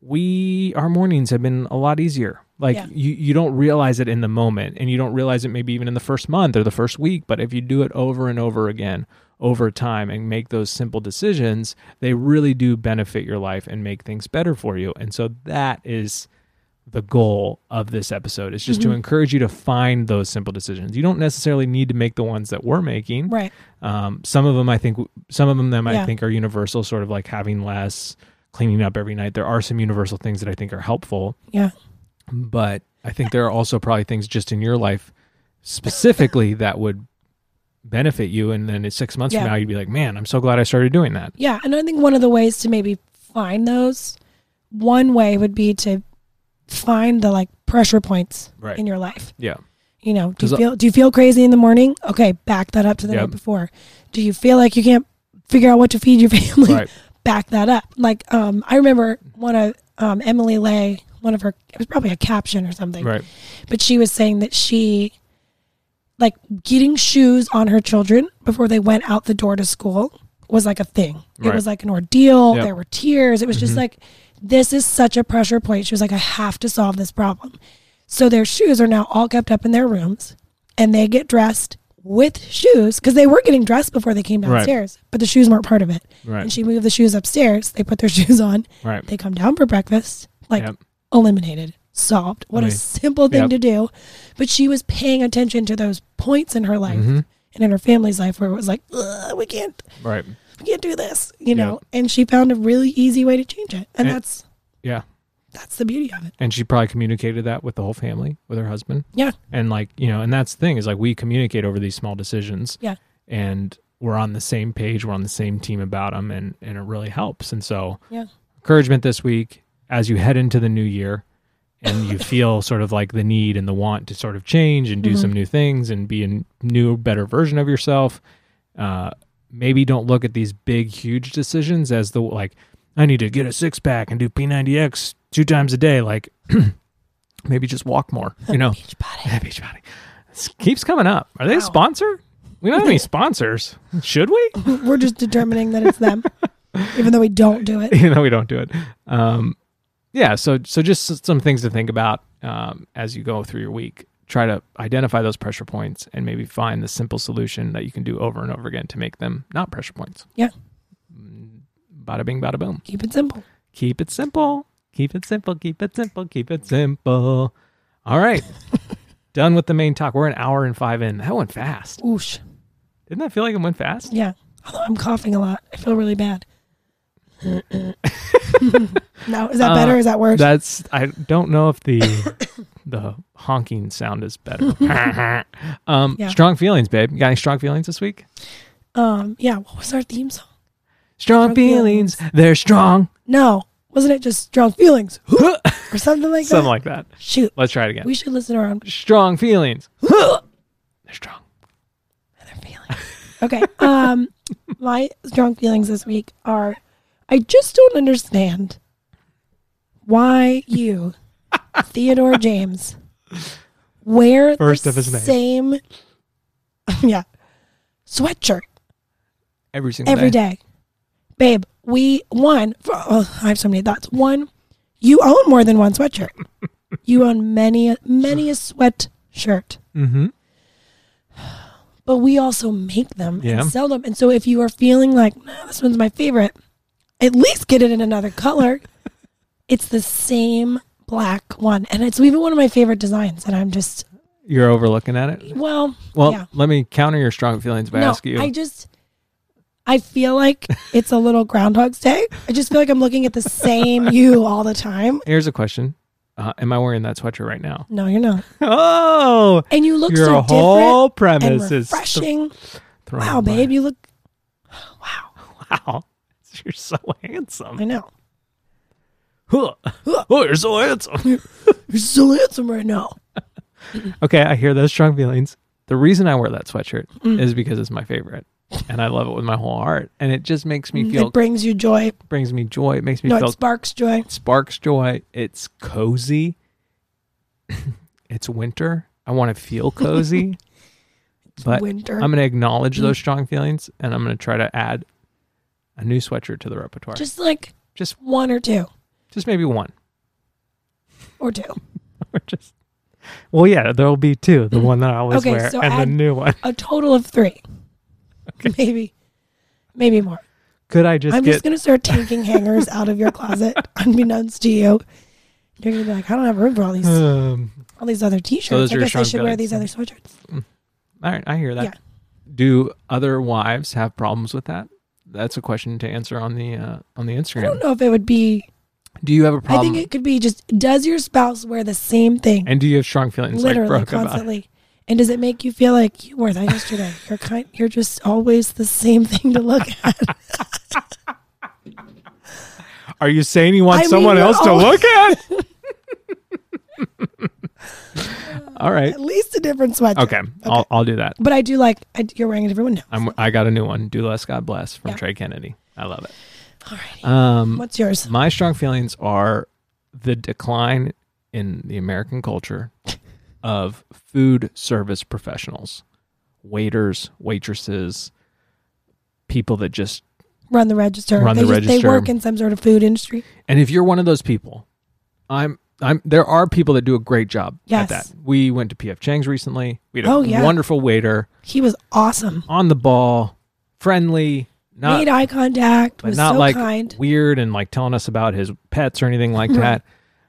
we our mornings have been a lot easier. Like
Yeah.
you, you don't realize it in the moment and you don't realize it maybe even in the first month or the first week. But if you do it over and over again over time and make those simple decisions, they really do benefit your life and make things better for you. And so that is the goal of this episode is just to encourage you to find those simple decisions. You don't necessarily need to make the ones that we're making.
Right.
Um, some of them, I think, some of them, them I
Yeah.
think are universal, sort of like having less, cleaning up every night. There are some universal things that I think are helpful,
Yeah.
but I think there are also probably things just in your life specifically that would benefit you. And then in six months
Yeah.
from now, you'd be like, man, I'm so glad I started doing that.
Yeah. And I think one of the ways to maybe find those, one way would be to find the like pressure points
Right.
in your life.
Yeah.
You know, do
'Cause I-
you feel do you feel crazy in the morning? Okay, back that up to the
Yep.
night before. Do you feel like you can't figure out what to feed your family?
Right.
Back that up. Like um, I remember one of um, Emily Lay, one of her it was probably a caption or something,
Right.
but she was saying that she like getting shoes on her children before they went out the door to school was like a thing. It
Right.
was like an ordeal.
Yep. Mm-hmm.
There were tears. It was just like this is such a pressure point. She was like, I have to solve this problem. So their shoes are now all kept up in their rooms and they get dressed with shoes because they were getting dressed before they came
Right.
downstairs, but the shoes weren't part of it.
Right.
And she moved the shoes upstairs. They put their shoes on.
Right.
They come down for breakfast. Like
Yep.
eliminated, solved. What
Right.
a simple thing
Yep.
to do. But she was paying attention to those points in her life
Mhm.
and in her family's life where it was like, "Ugh, we can't,
Right.
we can't do this, you know. And she found a really easy way to change it,
And-
and that's
Yeah.
that's the beauty of it.
and she probably communicated that with the whole family with her husband
Yeah.
and like you know and that's the thing is like we communicate over these small decisions
Yeah.
and we're on the same page, we're on the same team about them, and and it really helps. And so,
Yeah.
encouragement this week as you head into the new year, and you feel sort of like the need and the want to sort of change and do
Mhm.
some new things and be a new, better version of yourself. Uh, maybe don't look at these big, huge decisions as the like. I need to get a six pack and do P90X two times a day. Like, maybe just walk more. You know,
Beachbody.
Yeah, Beachbody. This keeps coming up. Are they
Wow.
a sponsor? We don't have any sponsors. Should we?
We're just determining that it's them, even though we don't do it.
you know, we don't do it. Um, yeah. So, so just s- some things to think about um, as you go through your week. Try to identify those pressure points and maybe find the simple solution that you can do over and over again to make them not pressure points.
Yeah.
Mm, Bada bing, bada boom.
Keep it simple.
Keep it simple. Keep it simple. Keep it simple. Keep it simple. All right. Done with the main talk. We're an hour and five in. That went fast.
Oosh.
Didn't that feel like it went fast?
Yeah. Although I'm coughing a lot. I feel really bad. no, is that
Uh,
better? Is that worse?
That's I don't know if the the honking sound is better. um
Yeah.
strong feelings, babe. You got any strong feelings this week?
um, yeah. What was our theme song?
Strong,
Strong
feelings, they're strong.
No, wasn't it just strong feelings or something like
Something
that?
like that.
Shoot,
Let's try it again.
we should listen to our own
strong feelings. They're strong.
other feelings. Okay. Um, my strong feelings this week are, I just don't understand why you, Theodore James, wear
First
the
of his name.
same, yeah, sweatshirt
Every single
every day. Babe, we one. For, oh, I have so many thoughts. One, you own more than one sweatshirt. you own many, many a sweatshirt,
Mm-hmm.
but we also make them
Yeah.
and sell them. And so, if you are feeling like "Nah, this one's my favorite, at least get it in another color. it's the same black one, and it's even one of my favorite designs. And I'm just
You're overlooking at it.
well,
Well,
yeah.
let me counter your strong feelings by
no,
asking you.
I just I feel like it's a little Groundhog's Day. I just feel like I'm looking at the same you all the time.
Here's a question. Uh, am I wearing that sweatshirt right now?
No, you're not.
Oh,
And you look
your
so different
whole Oh
and
premise is
refreshing.
thrown
Wow,
by-
babe, you look. Wow,
Wow, you're so
I
handsome.
know.
Huh. Oh, you're so handsome.
You're so handsome right now.
Okay, I hear those strong feelings. The reason I wear that sweatshirt is because it's my favorite, and I love it with my whole heart. And it just makes me feel
Mm, It brings you joy.
brings me joy. It makes me
No, it
feel
sparks joy.
sparks joy. It's cozy. it's winter. I want to feel cozy, but
Winter.
I'm going to acknowledge those strong feelings, and I'm going to try to add a new sweatshirt to the repertoire. Just,
just like
just,
one or two
just maybe one.
or two.
We're just well, yeah, there'll be two. The one that I always
Mm. Okay,
wear
so
and the
add-
new one.
A total of three.
Okay.
Maybe, maybe more.
Could I just
I'm
get
just gonna start taking hangers out of your closet, unbeknownst to you. You're gonna be like, I don't have room for all these
um,
all these other
those
T-shirts.
are
I
your
guess I
strong
should wear
feelings.
these other sweatshirts.
all right, I hear that.
Yeah.
Do other wives have problems with that? That's a question to answer on the uh, on the
I don't
Instagram.
know if it would be.
Do you have a
Oh, I
problem?
think it could be just does your spouse wear the same thing
Um, and do you have strong feelings like
literally
Brooke about it?
constantly? And does it make you feel like you wore that yesterday? You're kind. You're just always the same thing to look at.
Are you saying you want
I mean, oh.
someone
you're
else to
always-
look at? all right.
At least a different sweatshirt.
Okay. Um, I'll I'll do that.
But I do like I, you're wearing a different one now.
I'm I got a new one. Do less, God bless from
Yeah.
Trey Kennedy. I love it.
Alrighty.
Um
What's yours?
my strong feelings are the decline in the American culture of food service professionals, waiters, waitresses, people that just
Run the register.
Run
they
the
just, They
register.
work in some sort of food industry.
and if you're one of those people, I'm I'm there are people that do a great job
Yes.
at that. We went to PF Chang's recently. We had a
Oh, yeah.
wonderful waiter,
He was awesome.
on the ball, friendly, not
made eye contact,
but
was
not
so
like
kind. Mm-hmm.
weird and like telling us about his pets or anything like that.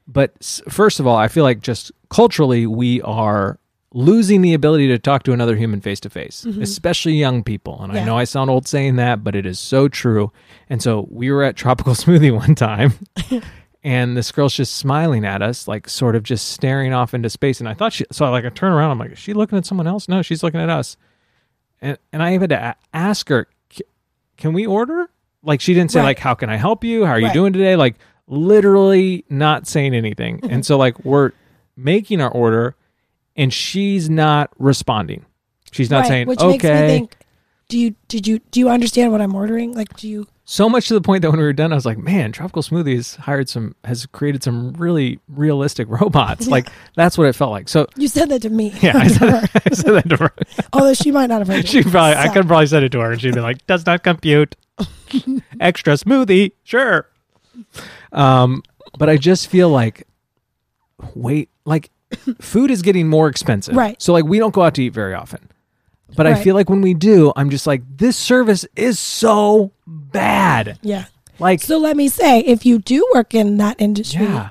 But s- first of all, I feel like just culturally, we are losing the ability to talk to another human face to face, especially young people. And I
Mm-hmm. Yeah.
know I sound old saying that, but it is so true. And so we were at Tropical Smoothie one time. And this girl's just smiling at us, like sort of just staring off into space. And I thought she, so like I turn around, I'm like, is she looking at someone else? No, she's looking at us. and and I even had to a- ask her, "C- "Can we order?" Like she didn't say
Right.
like, "How can I help you? How are you
Right.
doing today?" Like literally not saying anything. and so like we're making our order, and she's not responding. She's not
right,
saying
which
okay.
makes me think. Do you did you do you understand what I'm ordering? Like, do you?
so much to the point that when we were done, I was like, "Man, Tropical Smoothie has hired some, has created some really realistic robots." Like that's what it felt like. So
You said that to me.
yeah, I said, I said that to her.
Although she might not have heard.
She
it.
probably, I
So,
could probably said it to her, and she'd be like, "Does not compute." Extra smoothie, sure. Um, but I just feel like, wait, like food is getting more expensive,
Right.
So like we don't go out to eat very often, but I
Right.
feel like when we do, I'm just like, this service is so bad.
Yeah.
Like,
So let me say, if you do work in that industry,
yeah,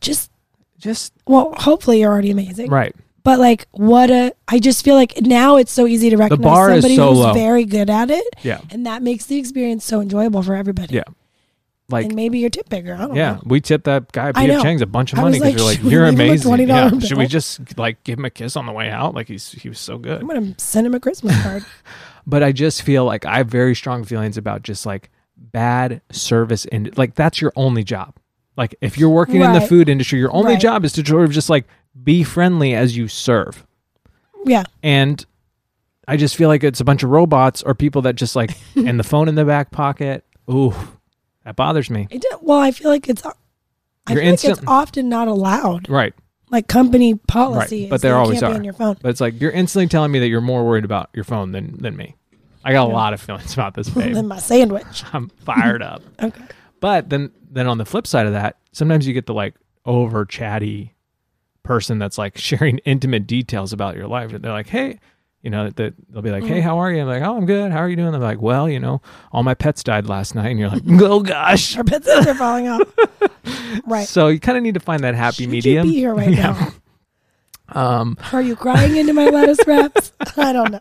just
just
well, hopefully you're already amazing.
right.
But like, what a! I just feel like now it's so easy to recognize
bar is
somebody
so
who's
low.
very good at it,
Yeah,
and that makes the experience so enjoyable for everybody.
Yeah. like
and maybe your tip bigger. I don't
Yeah,
know.
we tipped that guy
Oh, I
Peter
know.
Chang's a bunch of
I
money
was
because you're
like,
like,
should we
you're
leave him a
amazing.
$20
Yeah. Should we
bill?
just like give him a kiss on the way out? Like he's he was so good.
I'm gonna send him a Christmas card.
But I just feel like I have very strong feelings about just like bad service and like that's your only job. Like if you're working in the
Right.
food industry, your only
Right.
job is to sort of just like be friendly as you serve.
yeah,
And I just feel like it's a bunch of robots or people that just like and the phone in the back pocket. Ooh, that bothers me.
it did, well, I feel like it's. I
Your
feel like
instant-
it's often not allowed.
Right.
Like company policy,
Right,
is
but there
you
always
can't
are.
Be on your phone.
But it's like you're instantly telling me that you're more worried about your phone than than me. I got a lot of feelings about this,
Then
babe.
my sandwich.
I'm fired up.
Okay.
But then then on the flip side of that, sometimes you get the like over chatty person that's like sharing intimate details about your life. And they're like, hey, you know, that they'll be like,
Mm-hmm.
hey, how are you? I'm like, oh, I'm good. How are you doing? They're like, well, you know, all my pets died last night. And you're like, oh gosh.
Our pets are falling off. Right.
So you kind of need to find that happy
Should
medium.
You be here right
Yeah.
now.
Um,
Are you crying into my lettuce wraps? I don't know.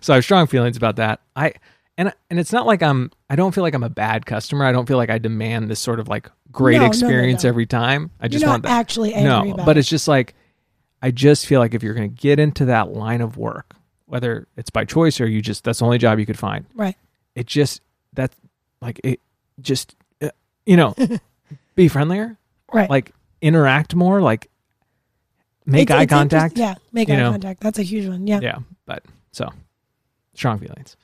So I have strong feelings about that. I and and it's not like I'm I don't feel like I'm a bad customer. I don't feel like I demand this sort of like great
No, no, no,
experience
no.
every time. I just
You're not
want that.
actually angry
No,
about
but
it.
it's just like I just feel like if you're going to get into that line of work, whether it's by choice or you just that's the only job you could find.
Right.
It just that like it just uh, you know, be friendlier,
Right.
like interact more, like make
It's-
eye
it's interest-
contact.
Yeah, make
you
eye
know?
contact. That's a huge one. Yeah.
Yeah, but so strong feelings.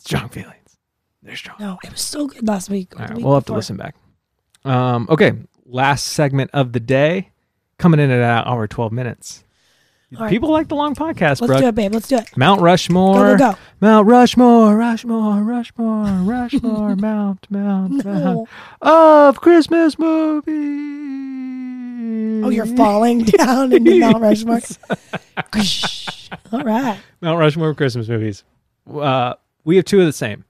strong feelings. They're strong.
No, it was so good last week. or
All
the
right,
week
we'll have to
before.
listen back. Um, okay, last segment of the day, coming in at an hour twelve minutes.
All right.
People like the long podcast,
Let's
bro.
do it, babe. Let's do it.
Mount
Go,
Rushmore.
go, go.
Mount Rushmore, Rushmore, Rushmore, Rushmore, Mount, Mount, Mount
No.
of Christmas movies.
Oh, you're falling down in the Mount Rushmore. Whoosh. All right.
Mount Rushmore of Christmas movies. Uh, we have two of the same.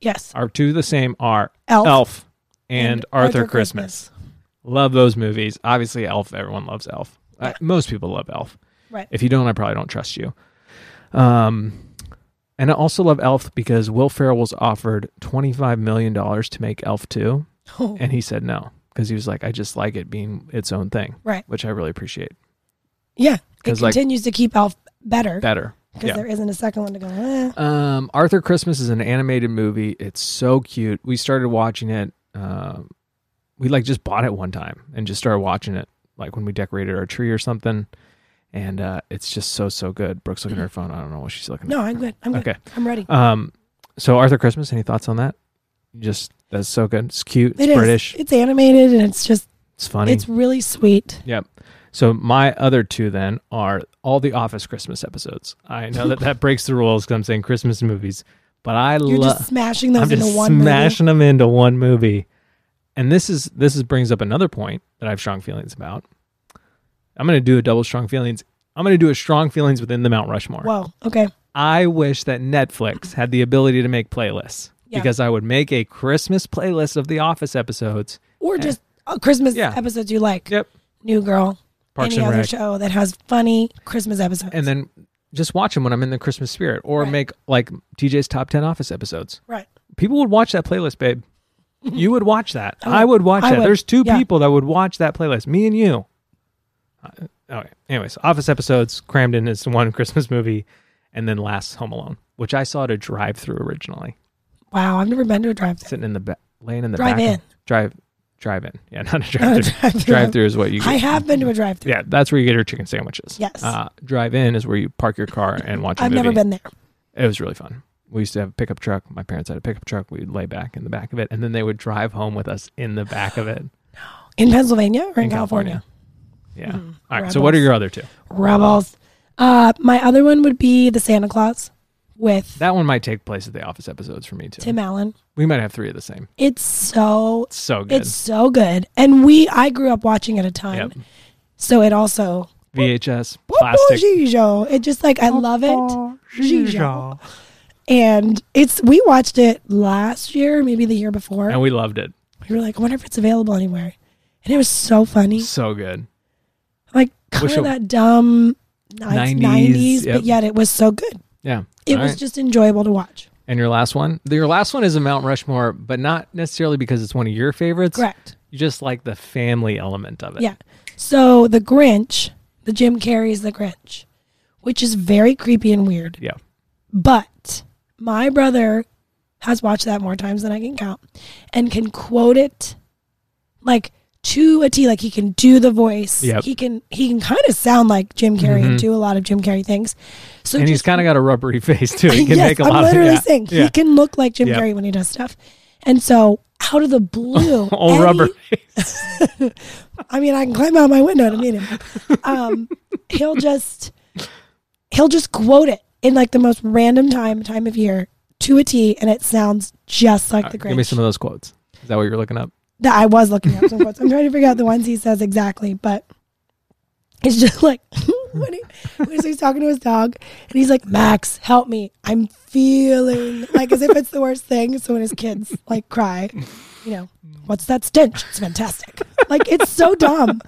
Yes.
Our two of the same are
Elf.
Elf and, Arthur, Christmas. Love those movies. Obviously, Elf. Everyone loves Elf. Uh, most people love Elf.
Right.
If you don't, I probably don't trust you. Um, and I also love Elf because Will Ferrell was offered twenty five million dollars to make Elf two,
Oh,
and he said no because he was like, I just like it being its own thing,
Right.
Which I really appreciate.
yeah. It
'Cause, like-
continues to keep Elf better
Better.
because
Yeah.
there isn't a second one to go. Eh.
Um, Arthur Christmas is an animated movie. It's so cute. We started watching it. Um, we like just bought it one time and just started watching it, like when we decorated our tree or something. And uh, it's just so so good. Brooke's looking at her phone. I don't know what she's looking
No, I'm good. I'm
at.
good.
Okay.
I'm ready.
Um, so Arthur Christmas. Any thoughts on that? Just that's so good. It's cute. It's
It is.
British.
It's animated and it's just,
It's funny.
it's really sweet.
Yep. So my other two then are all the Office Christmas episodes. I know that that breaks the rules because I'm saying Christmas movies, but I
You're
love.
just smashing those
I'm just
into one
smashing them into one movie. And this is this is brings up another point that I have strong feelings about. I'm going to do a double strong feelings. I'm going to do a strong feelings within the Mount Rushmore.
movie. Whoa. Okay.
I wish that Netflix had the ability to make playlists
Yeah.
because I would make a Christmas playlist of the Office episodes.
Or just uh, Christmas
Yeah.
episodes you like.
Yep.
New Girl.
Parks
any
and
other
Rec.
show that has funny Christmas episodes.
And then just watch them when I'm in the Christmas spirit or
Right.
make like TJ's top 10 Office episodes.
right.
People would watch that playlist, babe. You would watch that.
would.
I would watch
I
that.
would.
There's two
Yeah.
people that would watch that playlist, me and you. I- Uh, Okay. Anyways, Office episodes crammed in as one Christmas movie, and then last Home Alone, which I saw at a drive-through originally,
Wow, I've never been to a drive through.
sitting in the ba- laying in the
Drive
back
in.
drive drive in. Yeah, not a drive-through. drive-through is what you.
I have been to a drive through.
Yeah, that's where you get your chicken sandwiches.
Yes.
Uh, drive in is where you park your car and watch. A
I've
movie.
never been there.
It was really fun. We used to have a pickup truck. My parents had a pickup truck. We'd lay back in the back of it, and then they would drive home with us in the back of it
In Pennsylvania or in, California?
Yeah.
Mhm.
All right. So, what are
Rebels.
your other two?
Rebels. Uh, my other one would be the Santa Claus with
That one might take place at the office episodes for me too.
Tim Allen.
We might have three of the same.
It's so
It's so good.
it's so good, and we I grew up watching it a ton,
Yep.
so it also
VHS plastic.
Gijo. It just like I love it, Gijo. and it's we watched it last year, maybe the year before.
And we loved it.
we were like, I wonder if it's available anywhere, and it was so funny,
So good.
like
Wish
kind
it-
of that dumb nineties,
yep.
but yet it was so good.
Yeah.
It
All
was
right.
just enjoyable to watch.
And your last one? Your last one is a Mount Rushmore, but not necessarily because it's one of your favorites.
Correct.
You just like the family element of it.
Yeah. So the Grinch, the Jim Carrey's The Grinch, which is very creepy and weird.
Yeah.
But my brother has watched that more times than I can count and can quote it like to a T. Like he can do the voice.
Yep.
He can he can kind of sound like Jim Carrey and
Mhm.
do a lot of Jim Carrey things. So
And he's
just
kind of got a rubbery face too. He can
yes,
make a
I'm
lot
literally
of yeah.
saying
yeah.
he can look like Jim
Yep.
Carrey when he does stuff. And so out of the blue,
All
Eddie-
rubber.
I mean, I can climb out my window to meet him. Um, he'll just he'll just quote it in like the most random time time of year to a T, and it sounds just like the Grinch
Uh, Give me some of those quotes. Is that what you're looking up?
that I was looking up some quotes. I'm trying to figure out the ones he says exactly, but it's just like when, he, when he's talking to his dog and he's like, Max, help me. I'm feeling like as if it's the worst thing. So when his kids like cry, you know, what's that stench? It's fantastic. Like it's so dumb.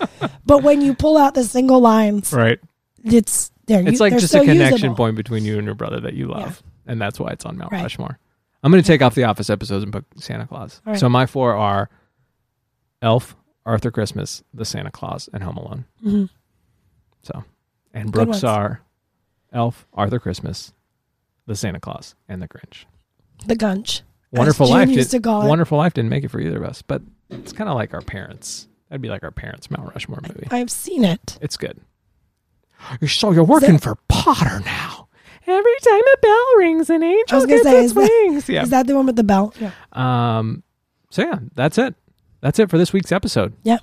But when you pull out the single lines,
Right.
it's there.
It's
you,
like
they're
just
so
a connection
usable.
point between you and your brother that you love, and that's why it's on Mount
Right.
Rushmore. I'm going to take off the Office episodes and put Santa Claus.
All right.
So my four are Elf, Arthur Christmas, The Santa Claus, and Home Alone.
Mhm.
So, and
Good
Brooks
ones.
are Elf, Arthur Christmas, The Santa Claus, and The Grinch.
The Gunch.
Wonderful
Jim
Life.
used to
Did,
call it.
Wonderful Life didn't make it for either of us, but it's kind of like our parents. That'd be like our parents' Mount Rushmore movie.
I've seen it.
It's good. So you're working for Potter now. Every time a bell rings, an angel
gonna
gets
say,
its
is that-
wings.
Is
Yeah.
that the one with the bell? Yeah.
um. So yeah, that's it. That's it for this week's episode.
Yeah.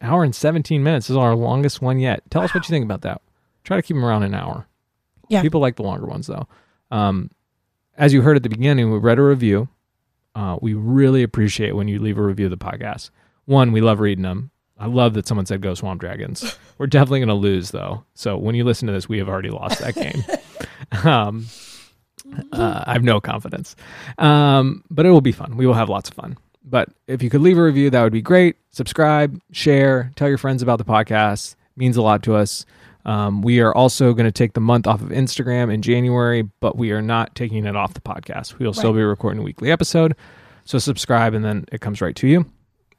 Hour and seventeen minutes is our longest one yet. Tell us what you think about that. Try to keep them around an hour.
Yeah.
People like the longer ones though. Um, as you heard at the beginning, we read a review. Uh, we really appreciate when you leave a review of the podcast. One, we love reading them. I love that someone said go Swamp Dragons. We're definitely going to lose though. So when you listen to this, we have already lost that game. um, uh, I have no confidence. Um, but it will be fun. We will have lots of fun. But if you could leave a review, that would be great. Subscribe, share, tell your friends about the podcast. It means a lot to us. Um, we are also going to take the month off of Instagram in January, but we are not taking it off the podcast. We will still
Right.
be recording a weekly episode. So subscribe, and then it comes right to you.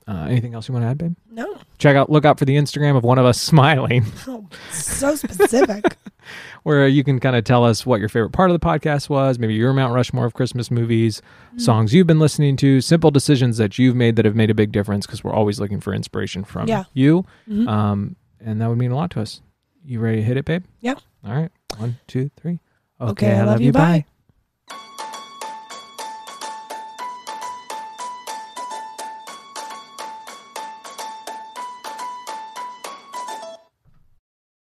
Uh, anything else you want to add, babe?
No.
Check out, look out for the Instagram of one of us smiling,
Oh, so specific.
where you can kind of tell us what your favorite part of the podcast was, maybe your Mount Rushmore of Christmas movies,
Mm.
songs you've been listening to, simple decisions that you've made that have made a big difference because we're always looking for inspiration from
Yeah.
you.
Mhm.
Um, and that would mean a lot to us. You ready to hit it, babe?
Yep.
All right. One, two, three.
Okay, I love you. Bye.